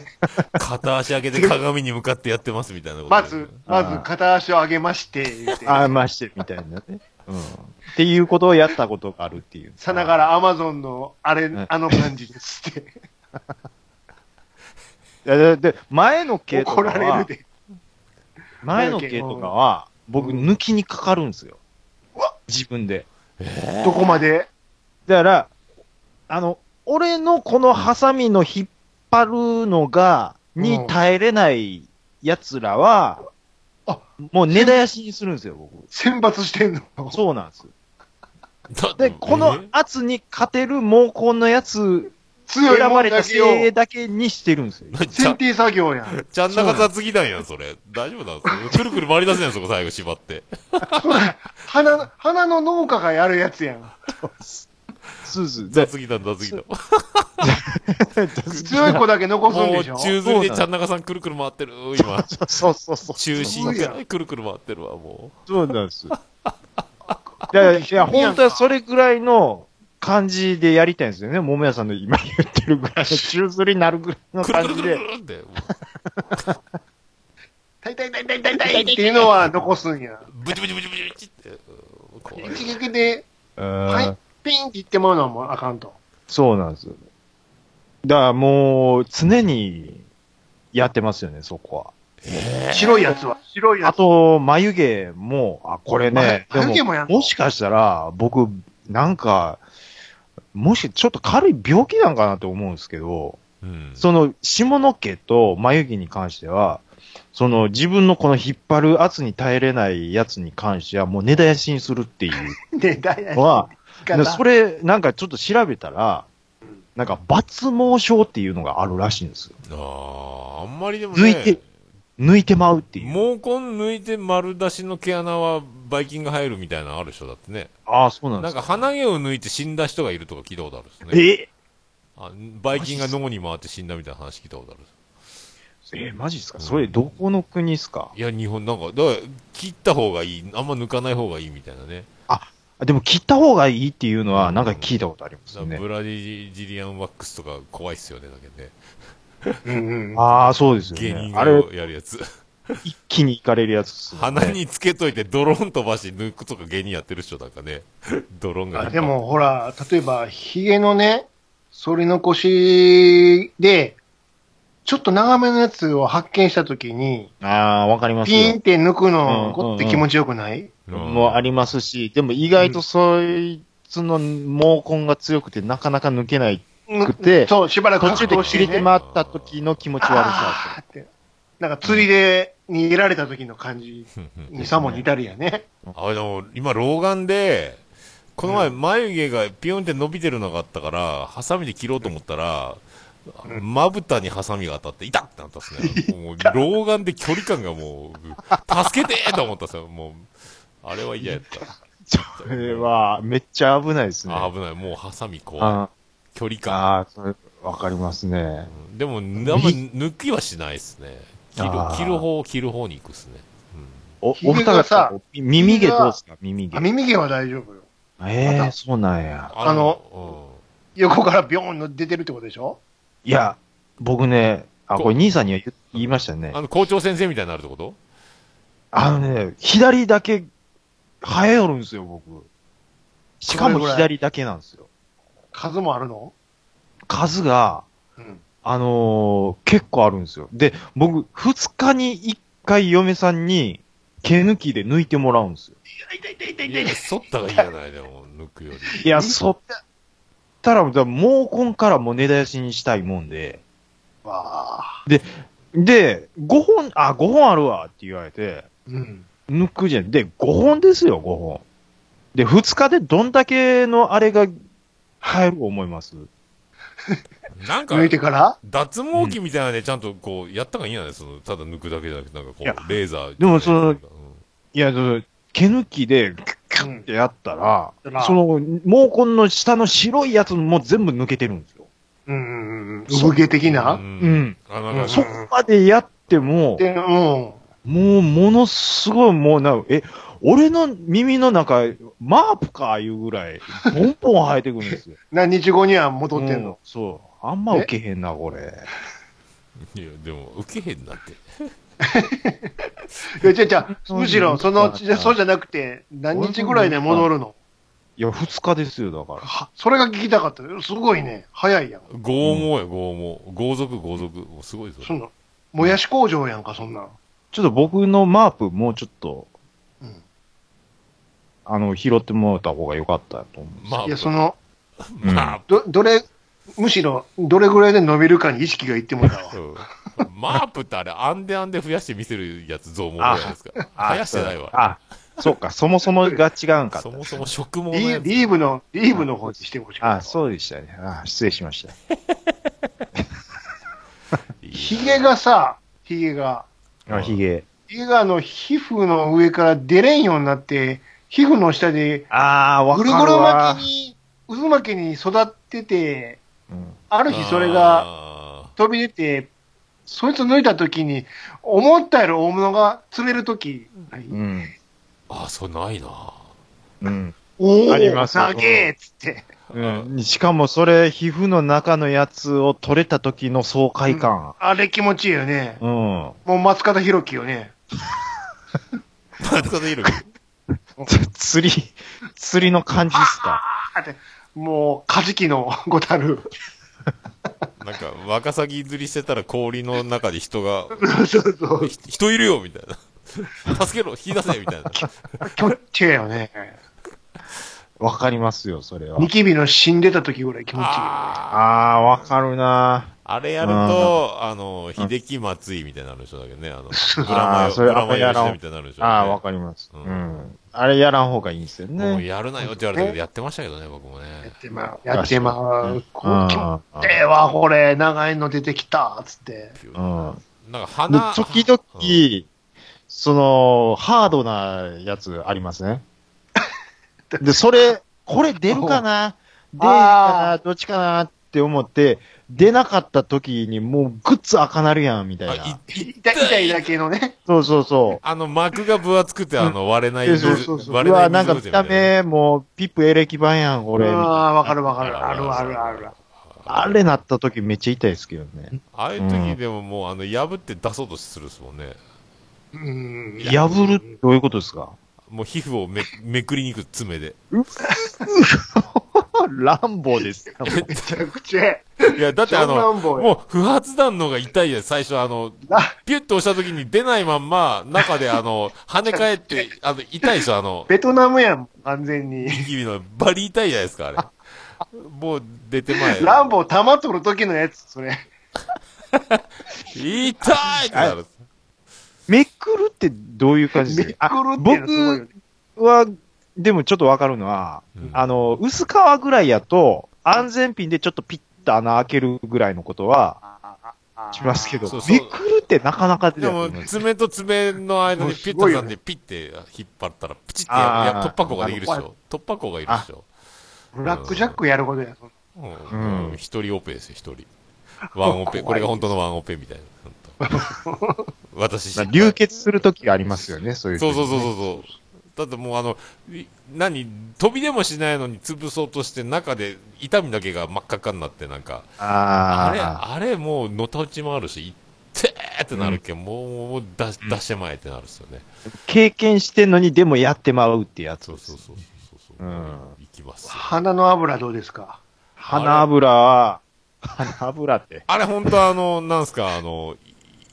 B: 片足上げて鏡に向かってやってますみたいなこと。
A: まず、ま
C: あ
A: ず
C: ー
A: 片足を上げまして、言うて
C: ああ、まして、みたいなね。うん。っていうことをやったことがあるっていう。
A: さながらアマゾンのあれ
C: ん、
A: あの感じですって、
C: いや。で、で前の系とか
A: 怒られ
C: は
A: る、で。
C: 前の系とかは、僕、抜きにかかるんですよ。自分で。
A: どこまで
C: だから、あの、俺のこのハサミの引っ張るのが、
A: う
C: に
A: ん
C: 耐えれない奴らは、
A: あ
C: もう根絶やしにするんですよ、僕。
A: 選抜してんの。
C: そうなんです。
B: だ
C: で、この
B: え
C: 圧に勝てる猛攻のやつ、
A: 強
C: 選
A: い
C: ば
A: もん
C: れた
A: だけを
C: 精鋭だけにしてるんですよ。
B: ちゃ
A: 選定作業やん。
B: ちゃん中雑技団やん、それ。大丈夫なんですかくるくる回り出せんやん、そこ最後縛って。
A: 花の、花の農家がやるやつやん。
C: スーズ。で
B: 雑技団、雑技団。
A: 強い子だけ残すん
B: も
A: で
B: う
A: しょ
B: 宙吊りでちゃん中さんくるくる回ってる、今。
C: そうそうそう。
B: 中心
A: すごい
B: か
A: や
B: らくるくる回ってるわ、も。
C: そうなんです。いやいや、本当はそれぐらいの感じでやりたいんですよね。桃屋さんの今言ってるぐらいの宙吊りになるぐらいうの
B: くるくる
C: 感じ
B: くる
C: で
B: く。るって。も
A: 痛い痛い痛い痛い痛い痛いっていうのは残すんや。
B: うブチブチブチブチブチって。うん怖い
A: 一撃で、
C: は
A: はい、ピンっていってもらうのはもうあかんと。
C: そうなんです。だからもう、常にやってますよね、そこ
A: 白いやつは。白い
C: は。
A: や
C: あ
A: つ。
C: と、眉毛も、あ、これね、
A: ま眉毛もやんの
C: もしかしたら、僕、なんか、もし、ちょっと軽い病気なんかなと思うんですけど、
B: うん。
C: その、下の毛と眉毛に関しては、その、自分のこの引っ張る圧に耐えれないやつに関しては、もう根絶やしにするっていう
A: ね、だい
C: のは、
A: たい。
C: それ、なんかちょっと調べたら、なんか、抜毛症っていうのがあるらしいんですよ。
B: ああ、あんまりでも
C: 抜い
B: ね
C: て、抜いてまうっていう。
B: 毛根抜いて丸出しの毛穴はバイキンが入るみたいなのあるでしょ、だってね。
C: ああ、そうなんで
B: なん
C: す
B: か
C: か。
B: 鼻毛を抜いて死んだ人がいるとか聞いたことあるですね。
C: え
B: あバイキンが脳に回って死んだみたいな話聞いたことある。
C: え、マジですかそれ、どこの国ですか
B: いや、日本なんか、だから切った方がいい。あんま抜かない方がいいみたいなね。
C: あでも、切った方がいいっていうのは、なんか聞いたことあります
B: だから
C: よね。
B: ブラジリアンワックスとか怖いっすよね、だけどね。
A: うんうん。
C: ああ、そうですよ
B: 芸人
C: ね。
B: が
C: あれ、
B: やるやつ。
C: 一気に行かれるやつっすよね。
B: 鼻につけといてドローン飛ばして抜くとか芸人やってる人なんかね。ドローンが。
A: あで。もほら、例えば、ヒゲのね、反り残しで、ちょっと長めのやつを発見したときに、
C: ああ、わかります
A: ピ
C: よ
A: ンっ。て抜くの、
C: うん
A: こって気持ちよくない、
C: もありますし、でも意外とそいつの毛根が強くて、なかなか抜けない。くて
A: そう、しばらく
C: 途中で
A: 格闘し
C: 切
A: てね
C: れて回った時の気持ち悪さ。
A: あーって。なんか釣りで逃げられた時の感じにさも似たりやね。
B: あ、でも、今、老眼で、この前、眉毛がピヨンって伸びてるのがあったから、ハサミで切ろうと思ったら、まぶたにハサミが当たって、痛っってなったっすね。もう、老眼で距離感がもう、助けてーと思ったっすよ。もう、あれは嫌やった。
C: それは、めっちゃ危ないですね。
B: あ危ない。もう、ハサミ怖
C: あ
B: い。距離感。
C: あー、それ、わかりますね。
B: でも、あんま抜きはしないっすね。切る
C: あ、ー
B: 切る方、切る方に行くっすね。
C: お、お
A: ひげ
C: 二
A: が
C: 方
A: さ
C: さ、み耳毛どうですか耳毛
A: あ。耳毛は大丈夫よ。
C: ええ
A: ま
C: ー、
A: た
C: そうなんや。
A: あ
B: の、
A: 横からビョーンの出てるってことでしょ
C: いや、僕ね、あ、
B: こ
C: これ兄さんには言言いました
B: うん
C: ね
B: あ。の、校長先生みたいになるってこと
C: あのね、左だけ生えよるんですよ、僕。しかも
A: これぐらい
C: 左だけなんですよ。
A: 数もあるの
C: 数が、
A: うん。
C: あのー結構あるんですよ。で、僕、二日に一回嫁さんに毛抜きで抜いてもらうんですよ。
A: 痛い痛い痛い痛い痛い
B: いや、剃った方がいいじゃない、でも、抜くより。
C: いや、そったら、だから毛根からもう根絶やしにしたいもんで、
A: わあ。
C: で、5本、あ、5本あるわって言われて、
A: うん。
C: 抜くじゃん。で、5本ですよ、5本。で、2日でどんだけのあれが入る思います
B: なんか
A: 抜、いてから
B: 脱毛器みたいなね、ちゃんとこう、やった方がいいんじゃないその、ただ抜くだけじゃなくて、なんかこ
C: いや
B: う、レーザー。
C: でもその
B: うん
C: いや、その毛抜きで、キュッキュッってやったら、
A: うん
C: その、毛根の下の白いやつも全部抜けてるんですよ。
A: うんうんうん。産毛的な、
B: う。
C: うんん。
B: あ、なんか、
A: ん
C: そこまでやっても、
A: で、うん。
C: もう、ものすごい、もうな、え、俺の耳の中、マープかいうぐらい、ポンポン生えてくる んですよ。
A: 何日後には戻ってん
C: うん
A: の。
C: そう。あんま受けへんな、これ。
B: いや、でも、受けへんなって。
A: いや、じゃじゃ
C: そう
A: むしろ、その、
C: そう
A: じゃそうじゃなくて、何日ぐらいで戻るの
C: いや、二日ですよ、だから。
A: はそれが聞きたかったよ。すごいね。早いやん。
B: 剛毛や、剛毛。豪族、豪族。もうすごいぞ。
A: そんな、もやし工場やんか、そんなん。
C: ちょっと僕のマープ、もうちょっと、
A: うん
C: あの、拾ってもらった方が良かったと思う。
B: まあ
A: いや、、その、
B: まあ、
A: ど、どれ、むしろ、どれぐらいで伸びるかに意識がいってもらうわ。
B: うんマープってあれ、あんであんで増やして見せるやつ増毛じゃないですか。
C: あ
B: 生やしてないわ。
C: あ、そうか、そもそもが違うんかった
B: そ。もそも食毛の
A: リ
B: や
A: ー
B: つ。
A: リーブの、リーブの方にしてほしい。
C: あ、そうでしたね。あ、失礼しました。
A: ヒゲがさ、ヒゲが、
C: あ、ヒゲ。
A: ヒゲがあの、皮膚の上から出れんようになって、皮膚の下で、
C: あー、わか
A: ぐ
C: る
A: る
C: わ。
A: ぐる巻きに、渦巻きに育ってて、
C: うん
A: ある日それが
B: あ
A: 飛び出て、そいつ抜いた時に、思ったより大物が釣れる時ない、
C: うん。
B: ー。あ、そうないな。
C: うん。
A: おー、
C: あります
A: 投げーっつって。
C: うん、しかもそれ、皮膚の中のやつを取れた時の爽快感。
A: あれ気持ちいいよね。
C: うん。
A: もう松方弘樹よね。
B: 松方弘樹。
C: 釣り、釣りの感じっすか。
A: あーって、もう、カジキのごたる。
B: なんか、ワカサギ釣りしてたら氷の中で人が、
A: そうそう。
B: ひ人いるよみたいな。 助けろ、引き出せみたい な。
A: 気持ちいいよね。
C: わかりますよ、それは
A: ニ。キビの死んでた時ぐらい気持ちいいよね。
B: あ
C: あー、わかるな
B: ーあれやると、あの、秀樹松井みたいになるでしょ、だけどね。あの、ブラマ
C: あー
B: ヨ、
C: それ
B: ブラマヨ
C: あんまやらん
B: してみたいになるでしょ。
C: あー、わ
B: か
C: かります。
B: う
C: うんん。あれやらん方がいいんですよ
B: もう
C: ね。
B: やるなよって言われたけど、やってましたけどね、僕も
A: や
B: ね
A: っ。てまう。やってまう。こう、気持
C: あー
A: ちええわ、これ、長いの出てきた、つって。
C: うん。
B: なんか
C: で
B: 鼻、
C: 時
B: う
C: 々
B: ん、
C: その、ハードなやつありますね。で、それ、これ出るかな出るかなどっちかなって思って、出なかった時にもうグッズ赤なるやん、みた
B: あ
C: い
B: い
C: な。
A: 痛い痛いだけのね。
C: そうそうそう。
B: あの、膜が分厚くて、あの、割れない、
C: そう
B: 水
C: そう
A: そうそう
B: 割
C: う
B: れない
C: わ、なんか見た目、もう、ピップエレキ版やん、
A: あ
C: 俺。みたいな
A: あ、わかるわかる。
B: あ
A: あ
B: る
A: る
B: あ
A: あ
B: る
A: る
B: あ
A: あ
B: る
A: る。
C: あれなった時めっちゃ痛いですけどね。
B: ああいう時でももう、あの、破って出そうとするっすもんね。
A: うん。
C: 破るってどういうことですか
B: もう皮膚をめめくりに行く爪で。
C: ランボーです。
A: めちゃくちゃ。
B: いや、だって
A: ジョ
B: あ
A: ン
B: の、
A: ランボーや
B: もう不発弾の方が痛いやん最初あの、
A: あ
B: ピュッと押した時に出ないまんま、中であ の、跳ね返って、あの、痛いでしょ、あの、
A: ベトナムやん、完全に。
B: ニキビのバリ痛いじゃないですか、あれ。もう出て前。
A: ランボー玉取る時のやつ、それ。
B: 痛いってなる。
C: めくるってどういう感じですか
A: めくるっていうのすごいよね
C: 僕は、でもちょっとわかるのは、
B: うん
C: あの、薄皮ぐらいやと、安全ピンでちょっとピッと穴開けるぐらいのことはしますけど、
B: そうそう
C: めくるってなかなか出
B: で
C: ないと
B: も
C: 思い、ます。
B: 爪と爪の間にピュッと挟んで、ピッて引っ張ったら、プチってやるい
C: あ
B: や
C: ー
B: 突破口ができるでし
A: あ
B: ょ。突破口がいるでしょ。
A: ブラックジャックやることや。
B: うん
C: うん
B: 一人オペですよ、一人。ワンオペ。これが本当のワンオペみたいな。本 当私失敗、
C: 流血するときがありますよね、そういう時
B: そう
C: ね。
B: そうそうそうそう。だってもうあの、い何、飛びでもしないのに潰そうとして中で痛みだけが真っ赤っかになってなんか、あれ、
C: ああ。
B: あれもうのたうちもあるし、いってーってなるけん、もう、もう出し、出してまえってなるっすよね。
C: 経験してんのにでもやってまうってやつ。
B: そうそうそうそうそう。
C: うん
B: いきますよ。
A: 鼻の油どうですか
C: 花油は、花油って。
B: あれ本当あの、なんすか、あの、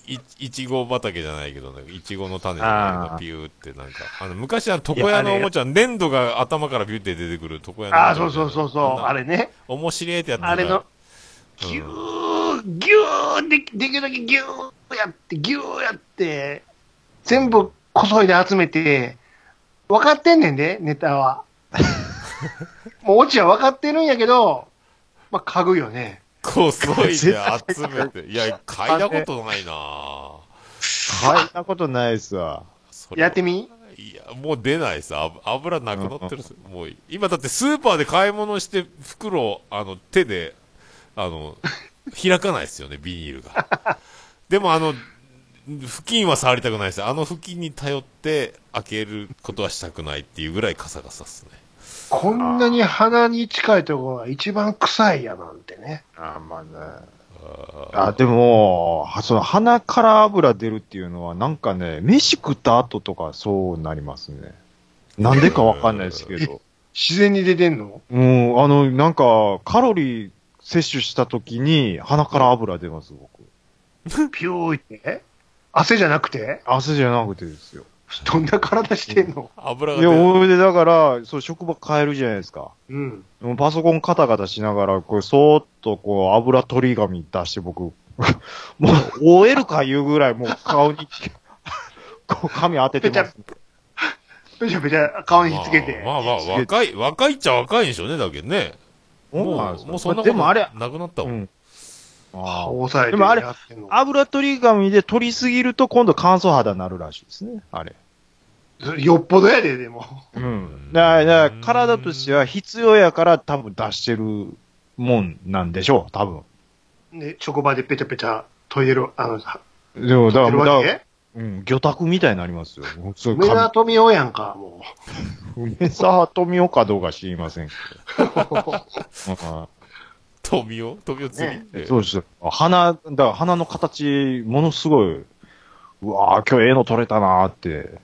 B: いいいちご畑じゃないけど、ね、いちごの種じゃないけど
C: あー
B: ピューってなんか、あの、昔あの、床屋のおもちゃ、粘土が頭からビューって出てくる床屋の
A: あ
B: おもち
A: あ、そうそ
B: ゃみたいな。
A: うそうそう。
B: んな
A: あれね。
B: 面白いってやつ
A: あれの、
B: うん
A: ぎゅー、ぎゅー、でできるだけぎゅーやって、ぎゅーやって、全部こそいで集めて、分かってんねんで、ネタ は。もうオチは分かってるんやけど、まあ、家具よね。
B: こう、すごいね、集めて。いや、嗅いだことないなぁ
C: はい。そんなことないですわ。
B: それ
A: やってみ
B: いや、もう出ないさ。あ油なくなってるっすもう、今だってスーパーで買い物して、袋を、あの、手で、あ の、開かないですよね、ビニールが。でも、あの、付近は触りたくないです。あの付近に頼って開けることはしたくないっていうぐらいカサカサっすね。
A: こんなに鼻に近いところが一番臭いやなんてね。
C: あまあね。
B: あ
C: あ、でも、はその鼻から油出るっていうのは、なんかね、飯食った後とかそうなりますね。なんでかわかんないですけど。
A: 自然に出てんの
C: うん、あの、なんか、カロリー摂取した時に鼻から油出ます、僕。
A: ピューって。汗じゃなくて
C: 汗じゃなくてですよ。
A: どんな体してんの
B: 油が
C: い
B: 出
C: や、
B: ない
C: おいで、だから、そう、職場変えるじゃないですか。
A: うん。
C: もうパソコンカタカタしながら、こう、そーっと、こう、油取り紙出して、僕、も う、終えるか言うぐらい、もう、顔に、 こう、紙当ててます。
A: べちゃべちゃ顔にひっつけて。
B: まあまあ、まあ、若い、若いっちゃ若いんでしょうね、だけどね。
C: そうな
B: も
C: んです
B: う、
C: よ
B: もうそんなこ
C: で
B: と
C: もあれ
B: な、くなった
C: う
B: もん。
C: ん。あー
A: 抑えて
C: でもあれ
A: やってんの
C: 油取り紙で取りすぎると、今度乾燥肌になるらしいですね、あれ。
A: よっぽどやで、でも。
C: うん。だから、だから体としては必要やから、多分出してるもんなんでしょう、多分。
A: ね、職場でペチャペチャ研いでる、あの、は
C: でも、だ
A: や
C: か
A: ってる
C: ら、だか
A: わ
C: ら
A: け
C: うん、魚拓みたいになりますよ。そういう
A: 梅
C: 紙
A: 田富夫やんか、も
C: 梅沢富美男かどうか知りませんけ
A: う。
C: ど。
B: 飛びを飛びを釣りって。
C: そうです。鼻、だから鼻の形、ものすごい、うわぁ、今日ええの取れたなー って、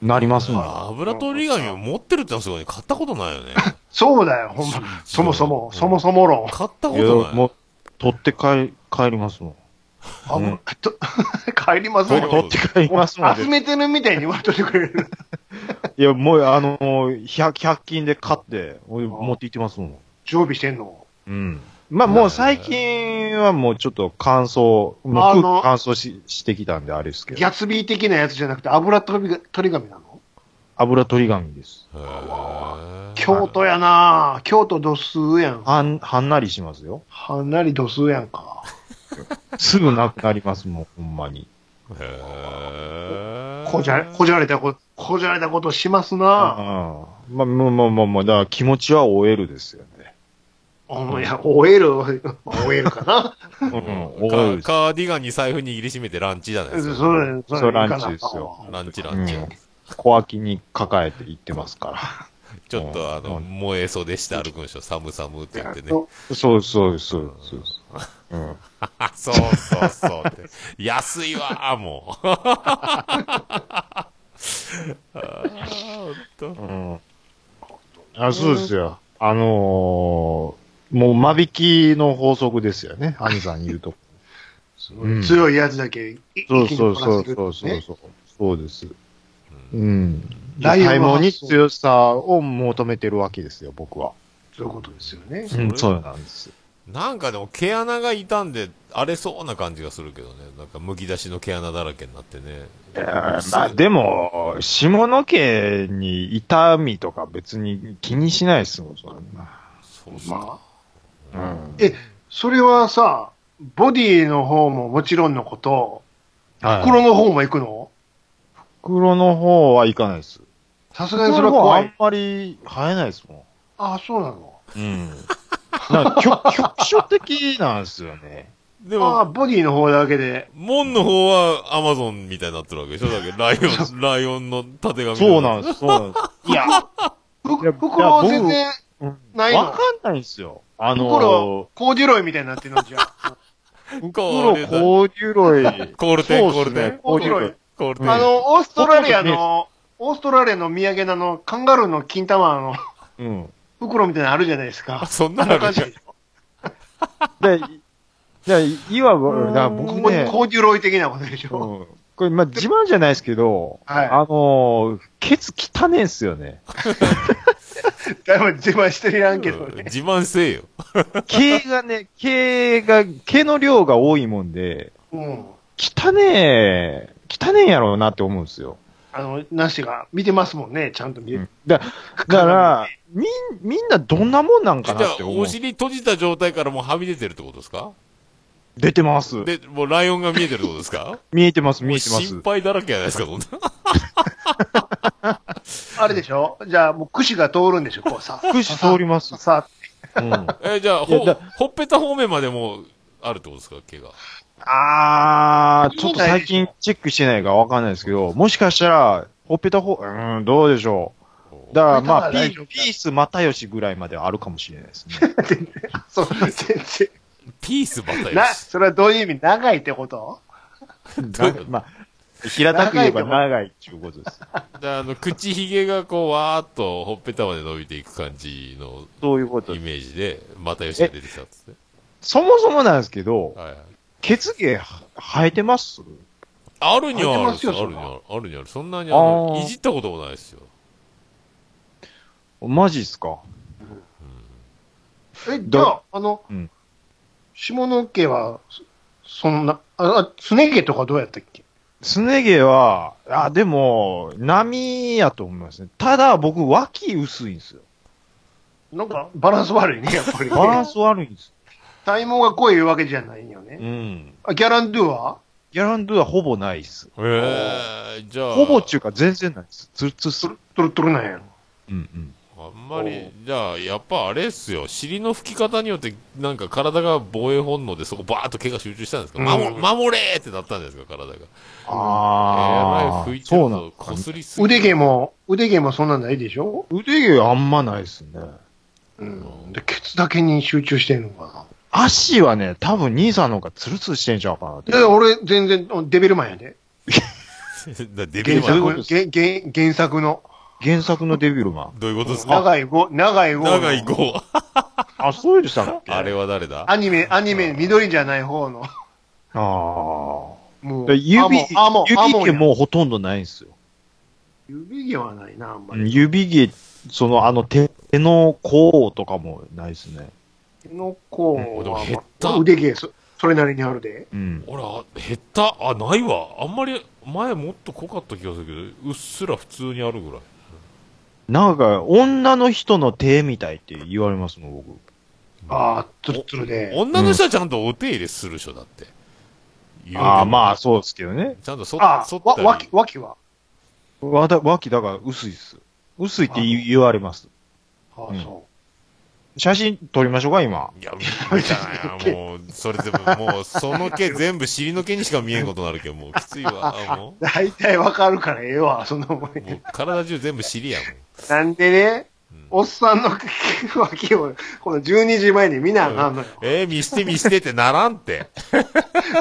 C: なりますもん。
B: 油取り紙を持ってるってのはすごいね。買ったことないよ ね。
A: そうだよ、ほんま。そもそも、そもそも論。
B: 買ったこ
C: いや、
B: とない。
C: もう、取って帰、帰りますもん。
A: あ、もう、と 帰りますもん
B: そう
A: ね。
B: そ
C: 取って帰りますもんで。
A: 集めてるみたいに言われといてくれる。
C: いや、もう、あのー、100, 100均で買って、俺持って行ってますもん。
A: 常備してんの。
C: うん。まあもう最近はもうちょっと乾燥、も
A: あ
C: う
A: の
C: 空気乾燥ししてきたんであれですけ
A: ギ
C: ど。
A: ャツビー的なやつじゃなくて、油取り取り紙なの
C: 油取り紙です。
B: へー
A: 京都やなぁ。京都度数やん。
C: はん、はんなりしますよ。
A: はんなり度数やんか。
C: すぐなくなりますもん、 ほんまに。
B: へー
A: こじゃれ、こじゃれたこと、こじゃれたことしますなぁ。
C: うん。まあ、まあまあまあまあ、だから気持ちは終えるですよね。
A: あの、いや、OL、OL かな。
C: うん
B: うん
C: 終えるです
B: カカーディガンに財布握りしめてランチじゃな い
A: そ
B: です
A: う
B: か。
A: そう
C: それランチですよ
B: ランチラ
C: う
B: ンチ。
C: ん。小脇に抱えて行ってます か
B: ちょっとあの、
C: うん
B: 燃え袖して歩くんでしょ。サムサムって言ってね。
C: ら。そうそうそうそうそう。うん。
B: あ、 そうそうそうって。安いわ、もう。あーほんと
C: うんあそうですよ。あのー、もう間引きの法則ですよね。兄さん言うと。うん
A: 強いやつだけ、一気
C: そう
A: に
C: そう
A: こ
C: そ
A: な
C: う
A: せる
C: そうそう
A: ね。
C: そう。そうです。うん。
A: ライオンは
C: 体毛に強さを求めてるわけですよ、僕は。
A: そういうことですよね。
B: うん
C: そうなんです。
B: なんかでも毛穴が傷んで荒れそうな感じがするけどね。なんか剥き出しの毛穴だらけになってね。
C: まあでも、下の毛に痛みとか別に気にしないですもん、そんな。
B: そうっすか。
A: まあ、
C: うん
A: えそれはさ、ボディの方ももちろんのこと、
C: はい
A: 袋の方も行くの
C: 袋の方はいかないです。
A: さすがにそ
C: 袋
A: れは
C: の方
A: 怖
C: あん
A: い。
C: まり生えないですもん。
A: ああ、そうなの。
C: うん。なんか局局所的なんですよね。
B: で
A: ああ、
B: も、
A: ボディの方だけで。
B: 門の方はアマゾンみたいになってるわけでしょだけど、ライオン、ライオンの縦紙。
C: そうなんんです、そうなんです。いや、
A: ふ
C: いや
A: 袋は全
C: い
A: 然、ないの
C: わかんないんですよ。あの
A: 袋、コーデュロイみたいになってるのじゃあ。
B: です。
C: 袋コーデュロイ。
B: コールテン、コ
C: そ
B: ー
C: うっ
B: ル
C: す
B: テ
C: ね
B: ン。
A: コーデュロイ。
B: コールテン。
A: あの、オーストラリアの、オーストラリアの土産のあの、カンガルーの金玉の
C: うん。
A: 袋みたいなのあるじゃないです
B: あ、
A: か。
B: そん
A: あ
B: なんの
A: な
B: あ
A: 感
B: るん
A: じ
B: だ
A: でしょ。
C: で、いいわば、だから僕
A: コ
C: ね、
A: ーデュロイ的なことでし
C: う
A: ょ。
C: んこれ、まあ、自慢じゃないですけど、
A: はい
C: あのー、ケツ汚ねえんすよね。
A: だいぶ自慢してるやんけど
B: うん
A: ね。
B: 自慢せえよ。
C: 毛がね、毛が、毛の量が多いもんで、
A: うん。
C: 汚ねえ、汚ねえんやろうなって思うんですよ。
A: あの、なしが見てますもんね、ちゃんと見て。
C: だだから、みん、みんなどんなもんなん
B: じ
C: か
B: ゃ
C: なっ
B: あ
C: て、思う
B: お。尻閉じた状態からもうはみ出てるってことですか
C: 出てます。
B: で、もうライオンが見えてるってことですか
C: 見えてます、 見えてま
B: もう心
C: す。
B: 配だらけじゃない ですか、そんな。
A: あれでしょじゃあ、もう櫛が通るんでしょこう さ。
C: くし通ります。
A: さ、
C: うん。
B: え、じゃあ、
C: いや
B: ほ
C: だ、
B: ほっぺた方面までもうあるってことですか、毛が。
C: あー、ちょっと最近チェックしてないからわかんないですけど、もしかしたら、ほっぺた方、うーん、どうでしょう。だからまあ、
A: ほっぺ
C: ピ
A: たは大丈夫
C: ー
A: か
C: ピース又吉ぐらいまではあるかもしれないですね。
A: そう、 全然。
B: ピースばたよ
A: な、
B: し。
A: それはどういう意味長いってこと
B: どういうこと
C: まあ、平たく言えば長いっていうことです。
B: だからあの、口ひげがこう、わーっとほっぺたまで伸びていく感じの
C: そういうこと
B: イ
C: です。
B: メージで、またよしが出てきたんですね。
C: そもそもなんですけど、
B: はいはい。
C: 血毛生えてます
B: あるにはある
A: 履いてますよ
B: あ
A: そ
B: る
A: れ
B: に
A: は
B: はある。あるにはある。そんなにあの
C: あー
B: いじったこともないですよ。
C: マジっすか。
A: え、じゃあ、あの、
C: うん
A: 下野家は、そそんな、あ、あすね毛とかどうやったっけ
C: すね毛は、あ、でも、波やと思いますね。ただ、僕、脇薄いんですよ。
A: なんか、バランス悪いね、やっぱり、
C: バラ
A: ね。
C: ンス悪いんです。
A: 体毛が濃いわけじゃないよ
C: う
A: ね。
C: ん。
A: あ、ギャランドゥは
C: ギャランドゥはほぼないっす。
B: ええじゃあ、
C: ほぼっていうか全然ないっす。ツルツルっす
A: ト。ルトルトルなんやろ。
C: うんうん。
B: あんまり、じゃあ、やっぱあれっすよ。尻の吹き方によって、なんか体が防衛本能でそこバーッと毛が集中したんですか、
A: うん
B: 守守れーってなったんじゃないですか、体が。
C: あ
B: えらい
C: ー
B: 吹いてる
C: そうなん
B: と、
C: か
B: こ
C: ね
B: すりすぎ
A: 腕毛も、腕毛もそんなんないでしょ
C: 腕毛あんまないっすね。
A: うん。で、ケツだけに集中してんのか
C: 足はね、多分兄さんの方がツルツルしてんちゃうかなって
A: な。で、。俺、全然、デビルマンやで。
B: だデビ
A: 原
B: ル
A: 作
B: マン
C: どうい
A: の、
C: うこと
A: げげ原作の。
C: 原作のデビルマン。
B: どういうことですか
A: 長い号、長い号。
B: 長い子は。
C: あ、そうでしたっけ
B: あれは誰だ
A: アニメ、アニメ、緑じゃない方の。
C: あー
A: もう、
C: 指、
A: あもうあもう
C: 指毛もうほとんどないんですよ。
A: 指毛はないな、あんまり。
C: 指毛、そのあの手手の甲とかもないですね。
A: 手の甲
B: うんでも
A: は、
B: 減っ
A: ま
B: た
A: あ腕毛そ、それなりにあるで。
C: うん。
B: ほら、減った。あ、ないわ。あんまり、前もっと濃かった気がするけど、うっすら普通にあるぐらい。
C: なんか、女の人の手みたいって言われますもん、僕。
A: ああ、ツルツルで。
B: 女の人はちゃんとお手入れするでしょ、だって。言うても
C: ああ、まあ、そうですけどね。
B: ちゃんとそ
A: あ
B: そ
A: あ
B: っ、
A: わ、
B: たり。
A: わき、わきは。
C: わだ、脇だから薄いっす。薄いって言言われます。
A: あ
C: う
A: あ、
C: ん
A: そ
C: 写真撮りましょうか、今。
B: いや、無理じゃない。もう、それでも、もう、その毛全部尻の毛にしか見えんことになるけど、もうきついわ。あも
A: う。大体わかるからええわ、そ んなもん
B: う、。もう体中全部尻やもん。
A: なんでね、
B: うん
A: おっさんの脇を、この12時前に見なあかんのよ。
B: えー、見して見してってならんって。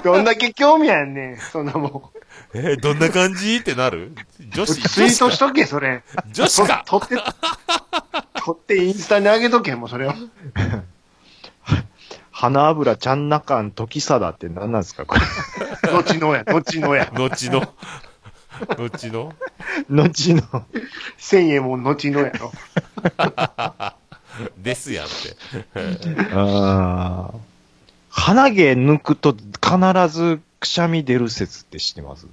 A: どんだけ興味あんねん、そんなもん。
B: えー、どんな感じってなる女子、
A: ツイ
B: 女
A: ートし
B: 子か。
A: とけ、それ。
B: 女子か。
A: と撮って、撮ってインスタに上げとけ、もうそれは。
C: 花油ちゃんなかん時貞って何なんですか、これ。
A: 後のや、後のや。
B: 後の。後の。
C: 後の。
A: 千円も後のやろ。
B: ですやんって。
C: あー鼻毛抜くと必ずくしゃみ出る説って知ってます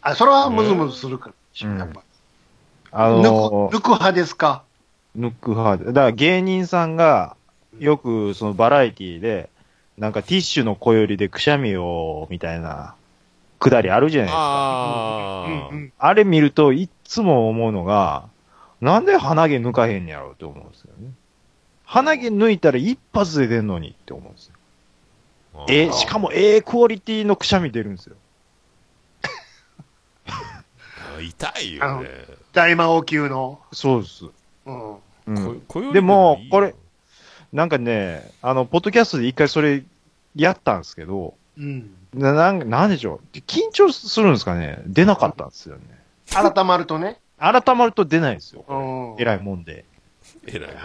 A: あ、それはムズムズするから。
C: うん
A: やっぱ
C: あ
A: 抜
C: の
A: く、抜く派ですか
C: 抜く派で。だから芸人さんが、よくそのバラエティで、なんかティッシュの小よりでくしゃみを、みたいな、くだりあるじゃないですか。
B: ああ。
A: うんうん
C: あれ見ると、いっつも思うのが、なんで鼻毛抜かへんやろうって思うんですよね。鼻毛抜いたら一発で出んのにって思うんですよ。え、しかもええクオリティのくしゃみ出るんですよ。
B: あ痛いよね。
A: 大魔王級の。
C: そうです。
A: うん。
C: うん、
B: こ
C: でも、これ、なんかね、あの、ポッドキャストで一回それやったんですけど、
A: うん。
C: ななんなんでしょう。緊張するんですかね出なかったんですよね。
A: 改まるとね。
C: 改まると出ないんですよ。
A: うん。
C: 偉いもんで。
B: えらいよね。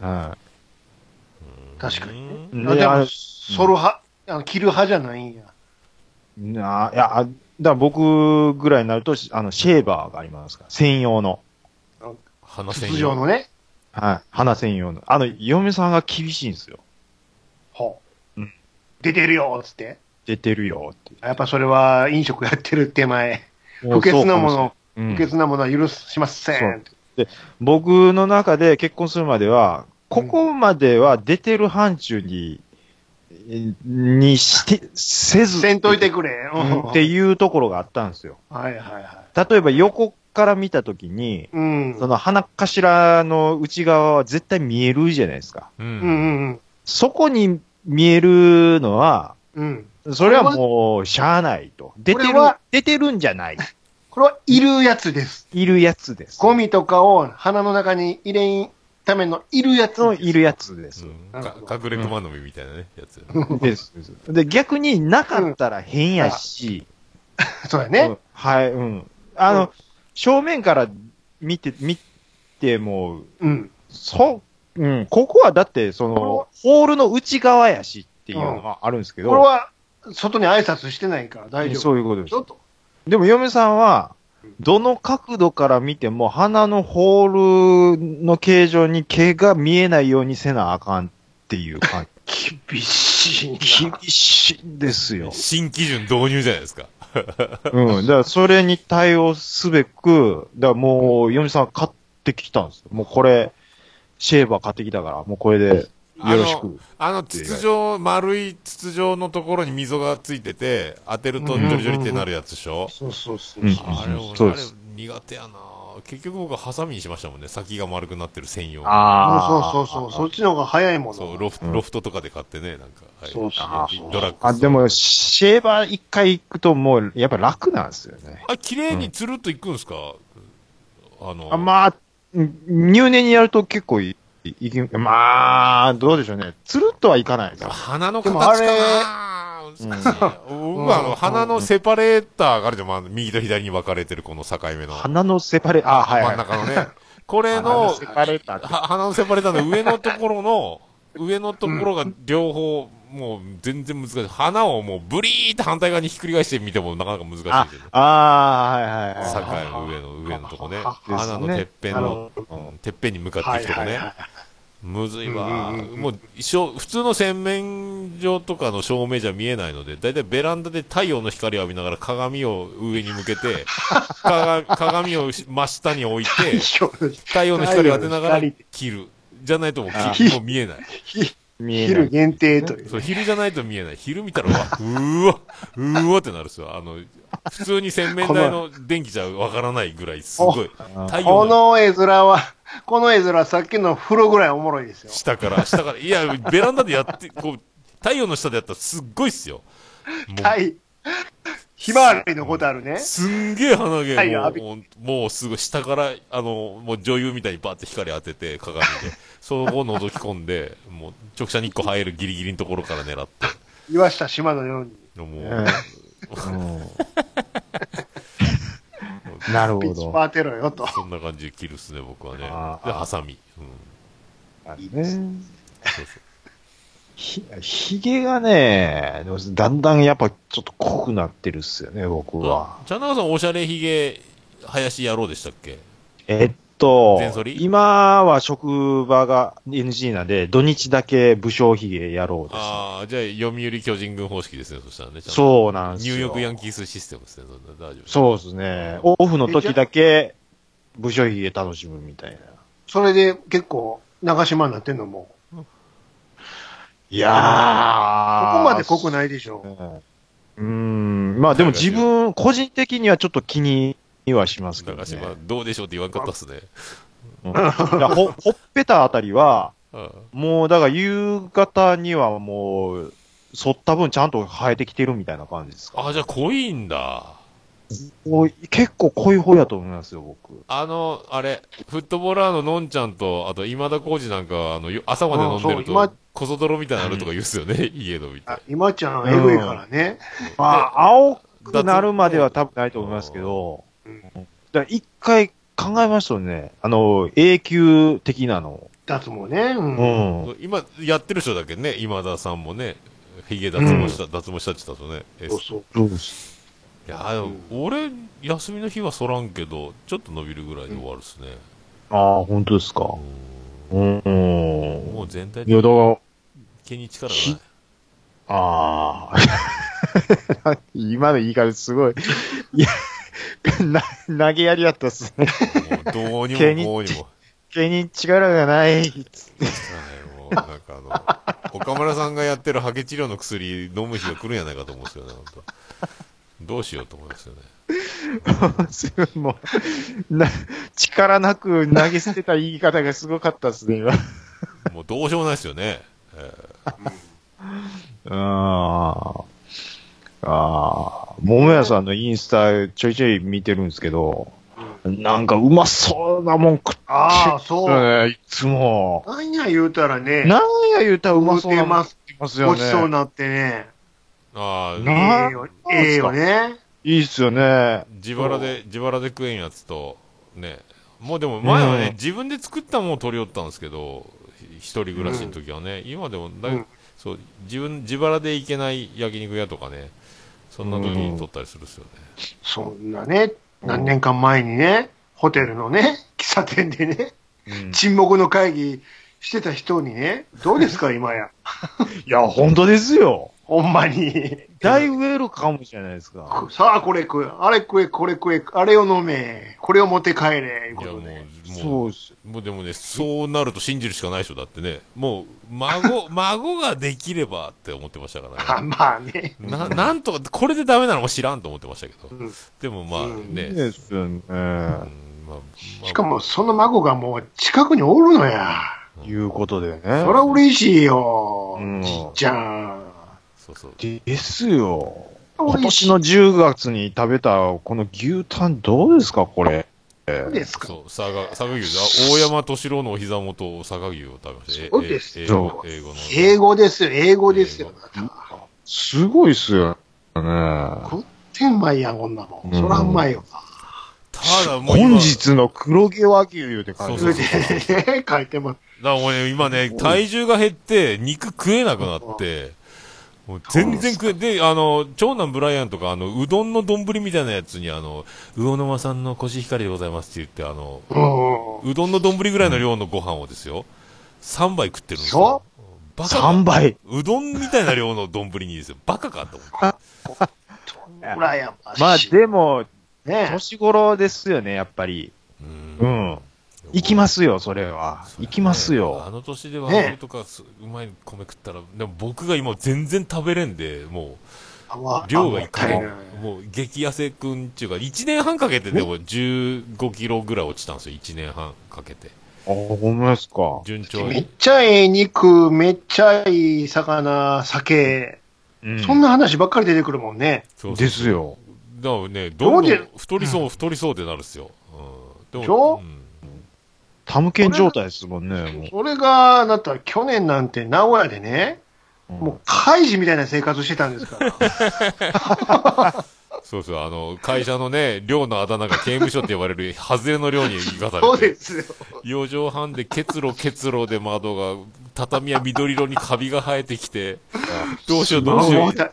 C: は
A: 確かにね
C: い。
A: あ
C: で
A: で
C: あ
A: も、ソロ派、あの切る派じゃないんや。
C: な、いや、あだから僕ぐらいになると、しあの、シェーバーがありますから。専用の。
B: 話せ
A: 筒
B: ん
A: 状のね。
C: はい。花専用の。あの、嫁さんが厳しいんですよ。
A: ほう
C: うん。
A: 出てるよ、つって。
C: 出てるよって。
A: やっぱそれは飲食やってる手前。不潔なもの、
C: そうかもしれない。
A: 不
C: うん
A: 潔なものは許しません。
C: 僕の中で結婚するまでは、ここまでは出てる範疇に、えにして、せず。
A: せんといてくれ。う
C: うん
A: ん
C: っていうところがあったんですよ。
A: はいはいは
C: 例えば横から見たときに、
A: い。うん。
C: その鼻頭の内側は絶対見えるじゃないですか。
B: う。
A: うんうんんうん。
C: そこに見えるのは、
A: うん。
C: それはもう、しゃあないと。出てる
A: これは、
C: 出てるんじゃない。
A: これはいるやつです。
C: いるやつです。
A: ゴミとかを鼻の中に入れんためのいるやつ
C: の
A: です
C: いるやつです。
B: うんか隠れ熊の実みたいなね、やつ。
C: です。ですで、逆になかったら変やし、
A: そうや
C: う
A: ね
C: ん。はい、うん。あの、
A: うん
C: 正面から見て、見ても、
A: うん。
C: そ、うん、ここはだって、その、ホールの内側やしっていうのはあるんですけ
A: こ
C: ど、
A: れは外に挨拶してないから大丈夫。
C: そういうことです
A: ち。ょっと。
C: でも嫁さんは、どの角度から見ても鼻のホールの形状に毛が見えないようにせなあかんっていう感
A: 厳し
C: じ。
A: い
C: 厳
A: な。
C: しいんですよ。
B: 新基準導入じゃないですか。
C: うん。だからそれに対応すべく、だからもう嫁さん買ってきたんですよ。もうこれ、シェーバー買ってきたから、もうこれでよろしく。
B: あの筒状、丸い筒状のところに溝がついてて、当てるとジョリジョリってなるやつでしょ。
A: そうそうそううんそう。
B: あれ、俺
C: そう
B: あ
C: で
B: れ
C: す
B: 苦手やな結局僕はハサミにしましたもんね。先が丸くなってる専用。
C: あ
A: そうそうそう。そっちの方が早いもの。
B: そう、ロフト、
C: うん
B: ロフトとかで買ってね、なんか。はい
A: そうそうそう
B: ドラッグストア
C: あ、でも、シェーバー一回行くともう、やっぱ楽なんですよね。
B: あ、綺麗につるっといくんですか、あの、
C: あまあ、ん入念にやると結構い、いいき、まあ、どうでしょうね。つるっとはいかないか
B: 鼻の
A: で
B: 形
A: もあ
B: か
A: れ
B: な難しいな。僕はあの、鼻のセパレーターがあるじゃん。まあ、右と左に分かれてるこの境目の。
C: 鼻のセパレ、あ、はい、は
B: 真
C: い。
B: ん中のね。これ
C: 鼻
B: の
C: セ、パレーターって
B: は鼻のセパレーターの上のところの、上のところが両方、もう全然難しい。鼻をもうブリーって反対側にひっくり返してみてもなかなか難しいけど
C: あ
B: ね。、
C: あー、はい、はい、
B: 境
C: はい。
B: の上の上のとこね。
C: ね
B: 鼻のてっぺんの、うんてっぺんに向かっていくとこ
A: はい
B: ね
A: はいは。
B: むずいわ。
A: うんうんうんうん
B: もう一生、普通の洗面所とかの照明じゃ見えないので、だいたいベランダで太陽の光を浴びながら鏡を上に向け て、鏡鏡を真下に置いて、太陽の光を当てながら
A: 太陽の光
B: 切る。じゃないともう
C: あ
B: きもう見えない。
C: 見えな
A: 昼
C: い。
A: 限定という。
B: そう、昼じゃないと見えない。昼見たら、うわ、うーわ、うーわってなるっすよ。あの、普通に洗面台の電気じゃわからないぐらい、すごい。太陽
A: こ
B: の
A: の絵面は、この絵面はさっきの風呂ぐらいおもろいですよ。
B: 下から、下から、いや、ベランダでやって、こう、太陽の下でやったらすっごいっすよ。もう
A: はい。ひまわりのことあるね。
B: すんげえ鼻
A: 太
B: 毛
A: 陽
B: も
A: 浴
B: う、
A: び
B: もう、もうすごい、下から、あの、もう女優みたいにバーって光当てて、鏡で。そこを覗き込んで、もう、直射日光入るギリギリのところから狙って。
A: 岩下島のように。
B: もう、
C: うん なる
A: ピ
C: ほ
A: ッチ
C: ど。
A: パーテロよと。
B: そんな感じで切るっすね、僕はね。で、
C: あー
B: ハサミ。うん。
C: ね
B: そうそう
C: ひ、ひげがね、でもだんだんやっぱちょっと濃くなってるっすよね、僕は。
B: チャンナカさん、おしゃれひげ、林野郎でしたっけ
C: えっと
B: 全剃、り
C: 今は職場が NG なんで、土日だけ武将髭やろうです、ね。
B: ああ、じゃあ、読売巨人軍方式ですね、そしたらね。う。
C: そうなんです
B: ニュ
C: よ。
B: ーヨークヤン
C: キ
B: キースシステムですね、そんな大丈夫。
C: そうですね。オフの時だけ武将髭楽しむみたいな。
A: それで結構、長島になってんのも。
C: いやー。
A: ここまで濃くないでしょ。
C: うん。うん。まあでも自分、個人的にはちょっと気にはしますけど、ね。
B: 中島、どうでしょうって言わんかったっすね。
C: うんだからほ、 ほっぺたあたりは、
B: うん
C: もうだから夕方にはもう、剃った分ちゃんと生えてきてるみたいな感じですか。
B: あ、じゃあ濃いんだ。
C: もう結構濃い方やと思いますよ、僕。
B: あの、あれ、フットボーラーののんちゃんと、あと今田耕司なんかは、あの、よ朝まで飲んでる
A: うんそう
B: と
A: 今、
B: こそ泥みたいになるとか言うっすよね、家飲みたい
A: あ今ちゃん、エグいからね。
C: まあ、青くなるまでは多分ないと思いますけど、
A: うん
C: だから一回考えましたよね。あの、永久的なの。
A: 脱毛ね。う。
C: うんん。
B: 今、やってる人だけね、今田さんもね、髭脱毛した、脱毛したって言ってたとね。え
A: そうそう。
C: そうです。
B: いや、でも俺、休みの日はそらんけど、ちょっと伸びるぐらいで終わるっすね。
C: ああ、本当ですか。うん。
B: もう全体
C: い
B: 的
C: や、
B: に
C: だから、
B: 毛に力がない。
C: ああ。 今の言い方すごい。いや、な、投げやりだったっすね。
B: もうどうにも
C: 毛に
B: こうにも。
C: 毛に力がない。
B: はい、もう、なんかあの、岡村さんがやってるハゲ治療の薬飲む日が来るんやないかと思うんですよね、本当どうしようと思いますよね。
C: すごいもう、な、力なく投げ捨てた言い方がすごかったっすね、今。
B: もうどうしようもないですよね。え
C: ああ。ああ。桃屋さんのインスタちょいちょい見てるんですけど、なんかうまそうなもん食って
A: ああ、そう。
C: ね、いつも。
A: なんや言うたらね、
C: なんや言うたらうま
A: う
C: そう
A: て
C: なもん
A: ま
C: 食
A: す。
C: ってますよ
A: ご
C: ね。
A: ちそうになってね。
B: ーあ
A: え
B: あ、
C: な
A: えよ、ええよね。
C: いいっすよね。
B: 自腹で、自腹で食えんやつと、ね。もうでも前はね、
C: うん
B: 自分で作ったもんを取り寄ったんですけど、ひ一人暮らしの時はね、今でもだい、
A: うん
B: そう、自分、自腹で行けない焼肉屋とかね、そんな時に取ったりするんですよね。
A: そんなね、何年間前にね、ホテルのね、喫茶店でね、
C: うん
A: 沈黙の会議してた人にね、どうです か、今や。
C: いや、本当ですよ。
A: ほんまに。
C: 大ウェルカムじゃないですか。
A: さあ、これ食え、あれ食え、これ食え、あれを飲め、これを持って帰れ、いうこ
B: いや、も
A: と
B: う
A: で。、
B: もう、
C: そうです。
B: もうでもね、そうなると信じるしかないでしょ、だってね。もう、孫、孫ができればって思ってましたから
A: あ
B: ね。
A: まあね。
B: な、なんとか、これでダメなのも知らんと思ってましたけど
A: うん。
B: でもまあね、
C: いい
B: うん
C: ですよね。
B: まあまあ
A: しかも、その孫がもう近くにおるのや。
C: いうことでね。
A: そら嬉しいよ
C: うん、
A: じっちゃん。
B: そうそう。
C: ですよ。今
A: 嬉し
C: 年
A: い
C: の10月に食べたこの牛タンどうですか、これ。
A: ですか。
B: そう、佐賀、佐賀牛ですあ大山敏郎のお膝元、佐賀牛を食べました。え
A: そうです
B: え英
C: よ
B: 語英語の。
A: 英語ですよ、英語ですよ。
C: すごいっすよね。
A: 天満やん、こんなも
C: うん
A: ん。そらうまいよ。
B: ただもう今
C: 本日の黒毛和牛って
B: そ
C: 感
B: う
C: じ
B: そ
A: 書
B: う
A: い てます。
B: だから俺今ね、体重が減って、肉食えなくなって、もう全然食え、で、あの、長男ブライアンとか、あの、うどんの丼みたいなやつに、あの、魚沼さんのコシヒカリでございますって言って、あの、
A: うん。
B: うどんの丼ぐらいの量のご飯をですよ、3杯食ってるんですよ
A: よ。
B: バカか
C: 3倍。
B: うどんみたいな量の丼にですよ。バカかと思って。
A: 羨ましい。
C: まあでも、
A: ね
C: 年頃ですよね、やっぱり。
B: うん
C: うん。行きますよ、それは。行きます
B: あ
C: よ。
B: の年で和牛とかす、うまい米食ったら、でも僕が今全然食べれんで、もう、量がいかない。もう、激痩せくんっていうか、1年半かけてでも15キロぐらい落ちたんですよ、1年半かけて。
C: あ、ほんまですか。
B: 順調
A: めっ
B: に。
A: ちゃええ肉、めっちゃいい魚、酒、
C: うん
A: そんな話ばっかり出てくるもんね。
B: そうそう
C: ですよ。
B: だからね、ど
A: どう
B: んど
A: んで
B: 太りそう、太りそうってなるっすよ。うん。
A: でしょ
B: うん
C: タムケン状態ですもんね、
A: それが、だったら去年なんて名古屋でね、も
C: も
A: う、怪事みたいな生活してたんですから。
B: そうそう、あの、会社のね、寮のあだ名が刑務所って呼ばれる、外れの寮に行かされて。
A: そうですよ。
B: 4畳半で結露結露で窓が、畳は緑色にカビが生えてきて、どうしようどうしよ
A: 思
B: う
A: っ。た、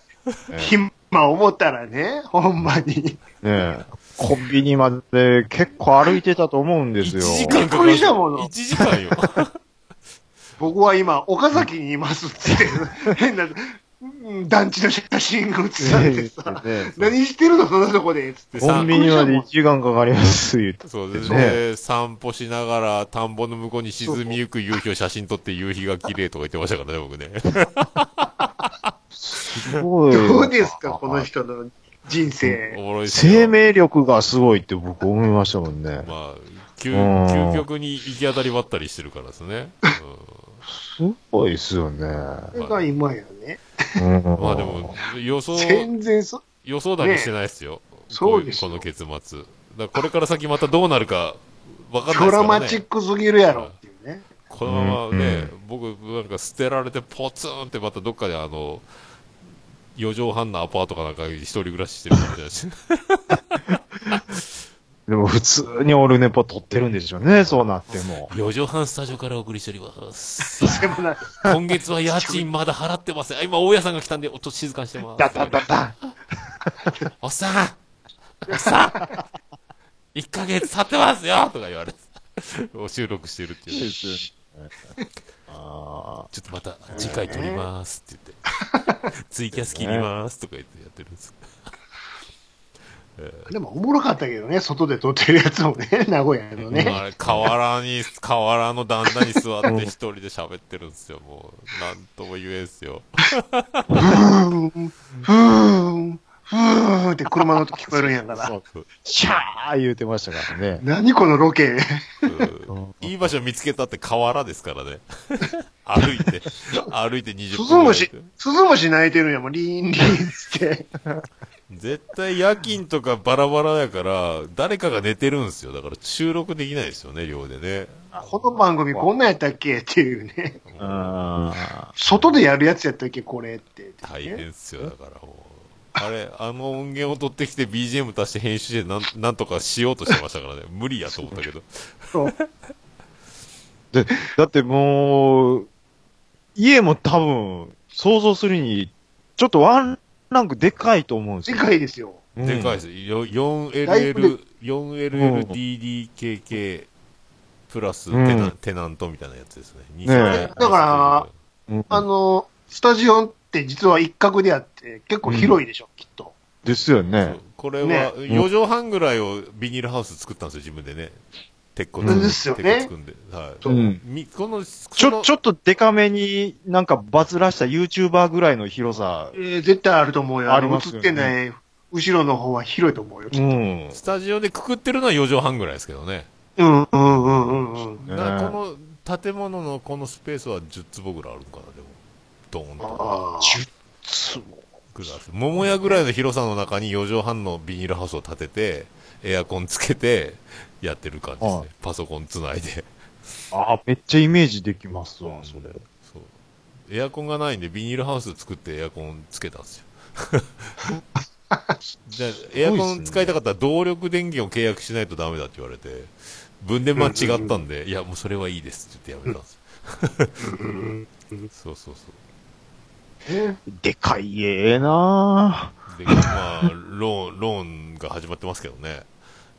A: 今思ったらね、ほんまに。
C: う。ねえコンビニまで結構歩いてたと思うんです
B: 1
C: よ。
B: 時間か
A: びっく
B: かる。
A: りしたもの
B: 1時間よ。
A: 僕は今、岡崎にいますっつって、変な、うん団地の写真が写されてさ、
C: ねえ
A: 何してるのそんなとこで、つって。
B: で
C: コンビニまで1時間かかります、言って。
B: そうです
C: ね
B: ね。散歩しながら、田んぼの向こうに沈みゆく夕日を写真撮って夕日が綺麗とか言ってましたからね、僕ね。
C: すごい。
A: どうですか、この人の人
B: お
A: 生。
B: もろいっすよ
C: 生命力がすごいって僕思いましたもんね。
B: まあ、究
C: うん
B: 究極に行き当たりばったりしてるからですね。
C: すごいですよね。
A: それが今やね。
C: うん
B: うん、まあでも、予想、
A: 全然そ、
B: 予想だにしてないですよ。
A: そうです
B: こ
A: よ
B: の結末。だからこれから先またどうなるか、わか
A: ド
B: んないです
A: ラ
B: から
A: マ
B: ね。
A: チックすぎるやろっていうね。
B: このまま
C: う
B: ね
C: ん、
B: 僕なんか捨てられてポツンってまたどっかであの、4畳半のアパートかなんか一人暮らししてるかもしれないし。
C: でも普通にオルネポ撮ってるんでしょうね、そうなっても。
B: 4畳半スタジオからお送りしております。
A: でもな、
B: 今月は家賃まだ払ってません。あ今、大家さんが来たんで、おちょっと静かにしてます。
C: だだだだ
B: おっさんおっさん !1 ヶ月経ってますよとか言われて。収録してるっていうね。
C: あ
B: ちょっとまた次回撮りますって言 って。ツイキャス切りますとか言ってやってるんです。
A: でもおもろかったけどね、外で撮ってるやつもね、 名古屋の
B: もう
A: ね。
B: あれ、河原に、河原の旦那に座って一人で喋ってるんですよ、もう。なんとも言えんす よ。
A: ふーん、ふーん、ふーんって車の音聞こえるんやから。
C: あ。シャー言うてましたからね。
A: 何このロケ。
B: うんいい場所見つけたって河原ですからね。 歩いて、歩いて20
A: 鈴
B: 分ぐら
A: 虫
B: い。、
A: 鈴虫鳴いてるんやもん、リーンリーンって。
B: 絶対夜勤とかバラバラやから、誰かが寝てるんですよ。だから収録できないですよね、寮でね。
A: この番組こんなんやったっけっていうね。
C: あ
A: 外でやるやつやったっけこれって。
B: 大変っすよ、だからもう。あれ、あの音源を取ってきて BGM 足して編集してなん、なんとかしようとしてましたからね。無理やと思ったけど。
A: そう
C: でだってもう、家も多分、想像するに、ちょっとワンランクでかいと思うんです
A: で
C: よ。
A: かいですよ。
C: うん
B: でかいです。よ 4LL、4LLDDKK プラステナ,、
C: うん
B: テナントみたいなやつですね。ね
C: え
A: だから、
C: うん
A: あの、スタジオって実は一角であって、結構広いでしょ、きっと。
C: ですよ
B: そ
C: ね
B: う。これは
A: ね
B: 4畳半ぐらいをビニールハウス作ったんですよ、自分でね。鉄骨
C: うんです
A: よね
B: 鉄骨組んで。は
A: そ
B: い。
A: う
C: うん
B: みこの、
C: ちょ、ち
B: ょ、
C: ょっとデカめになんかバズらした YouTuber ぐらいの広さ。
A: えー絶対あると思うよ。
C: あ
A: あ
C: り
A: り
C: ますよ
A: 映って
C: ね
A: ない後ろの方は広いと思うよ。
C: うん。
B: スタジオでくくってるのは4畳半ぐらいですけどね。
A: うんうんうんうんうん。
B: だからこの建物のこのスペースは10坪ぐらいあるのかな、でも。ドーンと。
A: ああ。
C: つ
B: ぐらいある桃屋ぐらいの広さの中に4畳半のビニールハウスを建てて、エアコンつけて、やってる感じです
C: は
B: ね。パソコンつないで。
C: ああ、めっちゃイメージできますわ、それ。
B: そう。エアコンがないんで、ビニールハウス作ってエアコンつけたん ですよ。じゃあエアコン使いたかったら動力電源を契約しないとダメだって言われて、分電盤違ったんで、いや、もうそれはいいですって言ってやめたんです よ。そうそうそう。
C: でかい家ええな
B: で、まあ、ローン、ローンが始まってますけどね。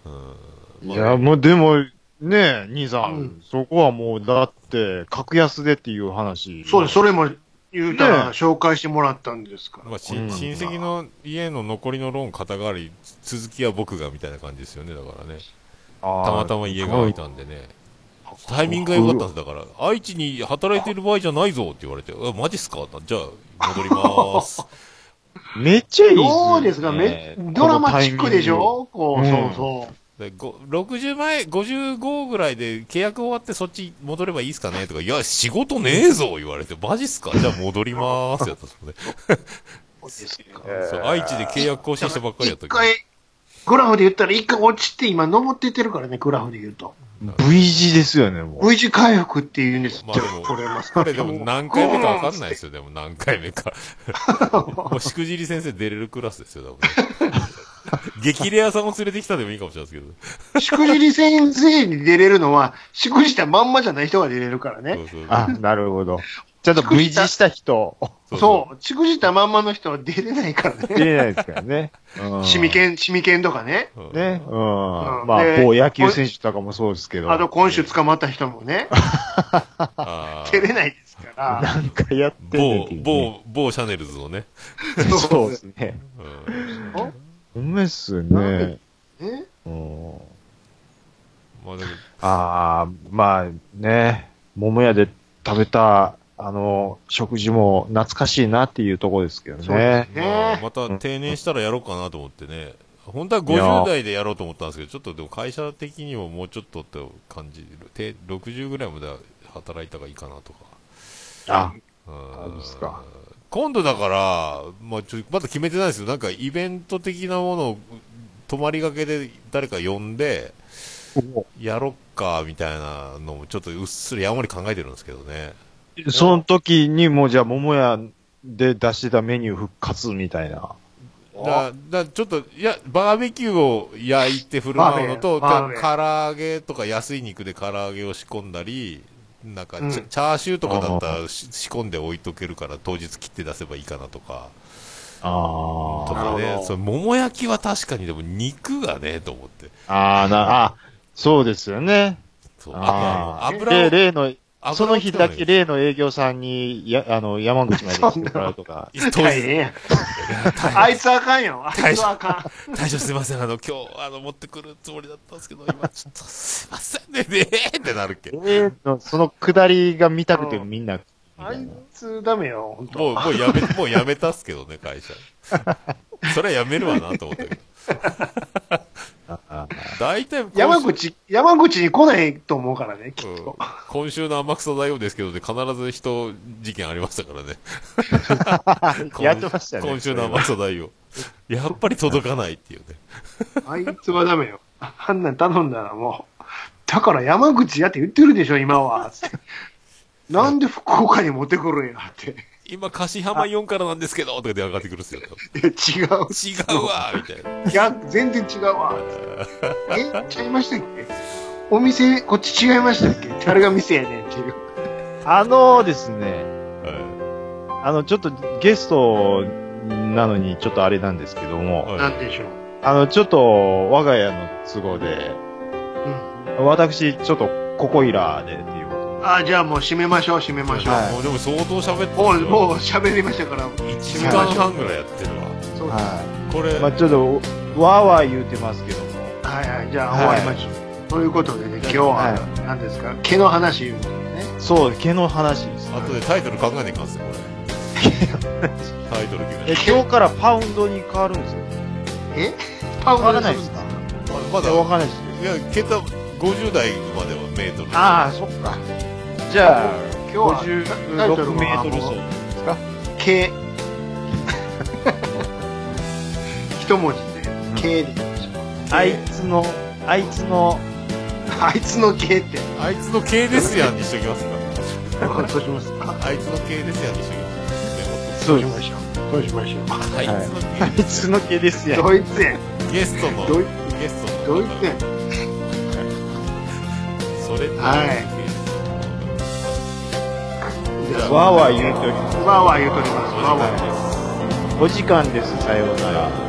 B: うん。
C: い
B: まあ
C: や、もうでも、ねえ、兄さん、
A: うん
C: そこはもう、だって、格安でっていう話。
A: そうです。それも言うた
C: ねえ
A: ら紹介してもらったんですから。
B: まあ、し
C: うん
B: 親戚の家の残りのローン肩代わり、続きは僕がみたいな感じですよね、だからね。
C: あー
B: たまたま家が空いたんでね。タイミングが良かったんです。だから、愛知に働いてる場合じゃないぞって言われて、あマジっすかじゃあ、戻りまー す。
C: めっちゃいいっ
A: どうですか、め
C: ね
A: ドラマチックでしょこ
C: う
A: う、
C: ん
A: そうそう。
B: でご60前、55ぐらいで契約終わってそっち戻ればいいっすかねとか、いや、仕事ねえぞ言われて、マジっすかじゃあ戻りまーすやったんですもんね。
A: そうですか
C: え
B: そう愛知で契約更新したばっかりやった
A: 一回、グラフで言ったら一回落ちて今登っていってるからね、グラフで言うと。
C: V 字ですよね、もう。
A: V 字回復っていうんです
B: まあでも
A: これま
B: これでも何回目かわかんないですよ、でも何回目か。もうしくじり先生出れるクラスですよ、多分、ね。激レアさんを連れてきたでもいいかもしれないですけど。
A: しくじり先生に出れるのは、しくじったまんまじゃない人が出れるから
B: そ
A: ね。
B: うそう
C: あ、なるほど。ちゃんと V 字した人、
A: そう。しくじったまんまの人は出れないから
C: 見
A: ね。
C: れないですか らね。うん
A: シミケン、シミケンとかね。
B: うん
C: ね。うん。
A: うん
C: まあ、
A: で
C: 某野球選手とかもそうですけど。
A: あと今週捕まった人もね、
B: あー
A: 出れないですから。
C: なんかやってんねん
B: 某
C: け、どね
B: 某、某シャネルズのね。
C: そ うですね。
B: うん。
C: ほんまっすね。
A: ね
C: うん。
B: まあでも、
C: ああ、まあね、桃屋で食べた、あの、食事も懐かしいなっていうところですけど
A: そうで
C: ね。
B: まあ
A: ね、
B: また定年したらやろうかなと思ってね。本当は50代でやろうと思ったんですけど、ちょっとでも会社的にももうちょっとって感じる。て60ぐらいまでは働いた方がいいかなとか。
C: あ、
B: うん
C: そうですか
B: 今度だから、まあ、ちょまだ決めてないですよ。なんかイベント的なものを泊まりがけで誰か呼んで、やろっか、みたいなのもちょっとうっすらやんわり考えてるんですけどね。
C: その時にもうじゃあ桃屋で出してたメニュー復活みたいな。
B: だだちょっと、いや、バーベキューを焼いて振る舞うのと、
A: バー
B: か
A: ベ
B: 唐揚げとか安い肉で唐揚げを仕込んだり、なんかチャ、
A: うん
B: チャーシューとかだったらし仕込んで置いとけるから当日切って出せばいいかなとか、と
C: あ
B: か
A: なる
B: ね
A: ほ、ど
B: その桃焼きは確かにでも肉がね、と思って。
C: あ、ああ、な、あ、そうですよね。
B: そう
C: あ
B: あ
C: あ
B: とあの油
C: で、
B: を
C: 例の、
B: 油を
C: その日だけ
B: 使う
C: 例の営業さんに、や、あの、山口まで来てもらうとか。
B: のよ当
A: 大
B: 日
A: 変や。あいつあかんよ。あいつはあか
B: 大将すいません、あの、今日、あの、持ってくるつもりだったんですけど、今、ちょっと、すいませんね、ねえってなるっ け。も
C: 例の、その下りが見たくてみんな。
A: ん。あいつダメよ、本当。
B: う、もうやめ、もうやめたっすけどね、会社。それはやめるわな、と思ったけど。
C: ああ
B: 大体、今週
A: 山口、山口に来ないと思うからね、きっ
B: うん
A: と。
B: 今週の天草大王ですけどね、必ず人、事件ありましたからね。
C: やってましたね。
B: 今週の天草大王。やっぱり届かないっていうね。
A: あいつはダメよ。あんなん頼んだらもう。だから山口やって言ってるでしょ、今 は。つってなんで福岡に持ってくるんやって。
B: 今、柏浜4からなんですけど、とかで上がってくるっすよ。
A: いや違う。
B: 違うわみたいな。
A: いや、全然違う わ。え、ちゃいましたっけお店、こっち違いましたっけ誰が店やねんっていう。
C: あのですね、
B: はい
C: ああの、ちょっとゲストなのに、ちょっとあれなんですけども、
B: はい
A: なんでしょう。
C: あの、ちょっと、我が家の都合で、
A: うん。
C: 私、ちょっと、ここいらでっていうこ
A: あ、じゃあもう締めましょう、締めましょう。
C: はい
B: もうでも相当喋って
A: もう、もう
B: う
A: 喋りましたから。
B: 1時間半ぐらいやってるわ
A: そ
C: と。
A: うです。
C: は
B: これ、
C: い。まあちょっと、わーわー言うてますけども、
A: はいはい、じゃあ
C: は
A: 終
C: い
A: わりましょう。ということでね、今日は
C: は
A: 何ですか、毛の話をね。
C: そう、毛の話です。
B: 後でタイトル考えていかんすよこ れタイトル決め
C: え
B: ない、
C: 今日からパウンドに変わるんですよ。
A: えパウ
C: わ
A: ダ
C: か
A: ー
C: んないですか
B: ま
C: ま
B: だ
C: だわかんないです
B: いや桁50代まではメートル
C: ああ、そっか。じゃあ、
A: 今日はタイトル
C: 56
A: は
C: メートル走
A: もう
C: ですか
A: 毛。一文字で、毛で。
C: あいつの、あいつの、
A: あいつの毛って、
B: あいつの系ですやんにしときますか
A: そうしますか。
B: あいつの系ですやんにしときます
C: そ
A: そうしましょう。そうしましょう。
B: あいつの
C: あ
B: 系
C: い
B: で
C: つ
B: す
C: の毛ですやん。
A: ドイツ園、
B: やんゲストの
A: ドイ
B: ゲストの
A: ドイツ園。
B: それって
A: じゃあ
C: わーわー言うております。
A: わーわー言うとります。わーわー言うとります。
C: お時間です。さようなら。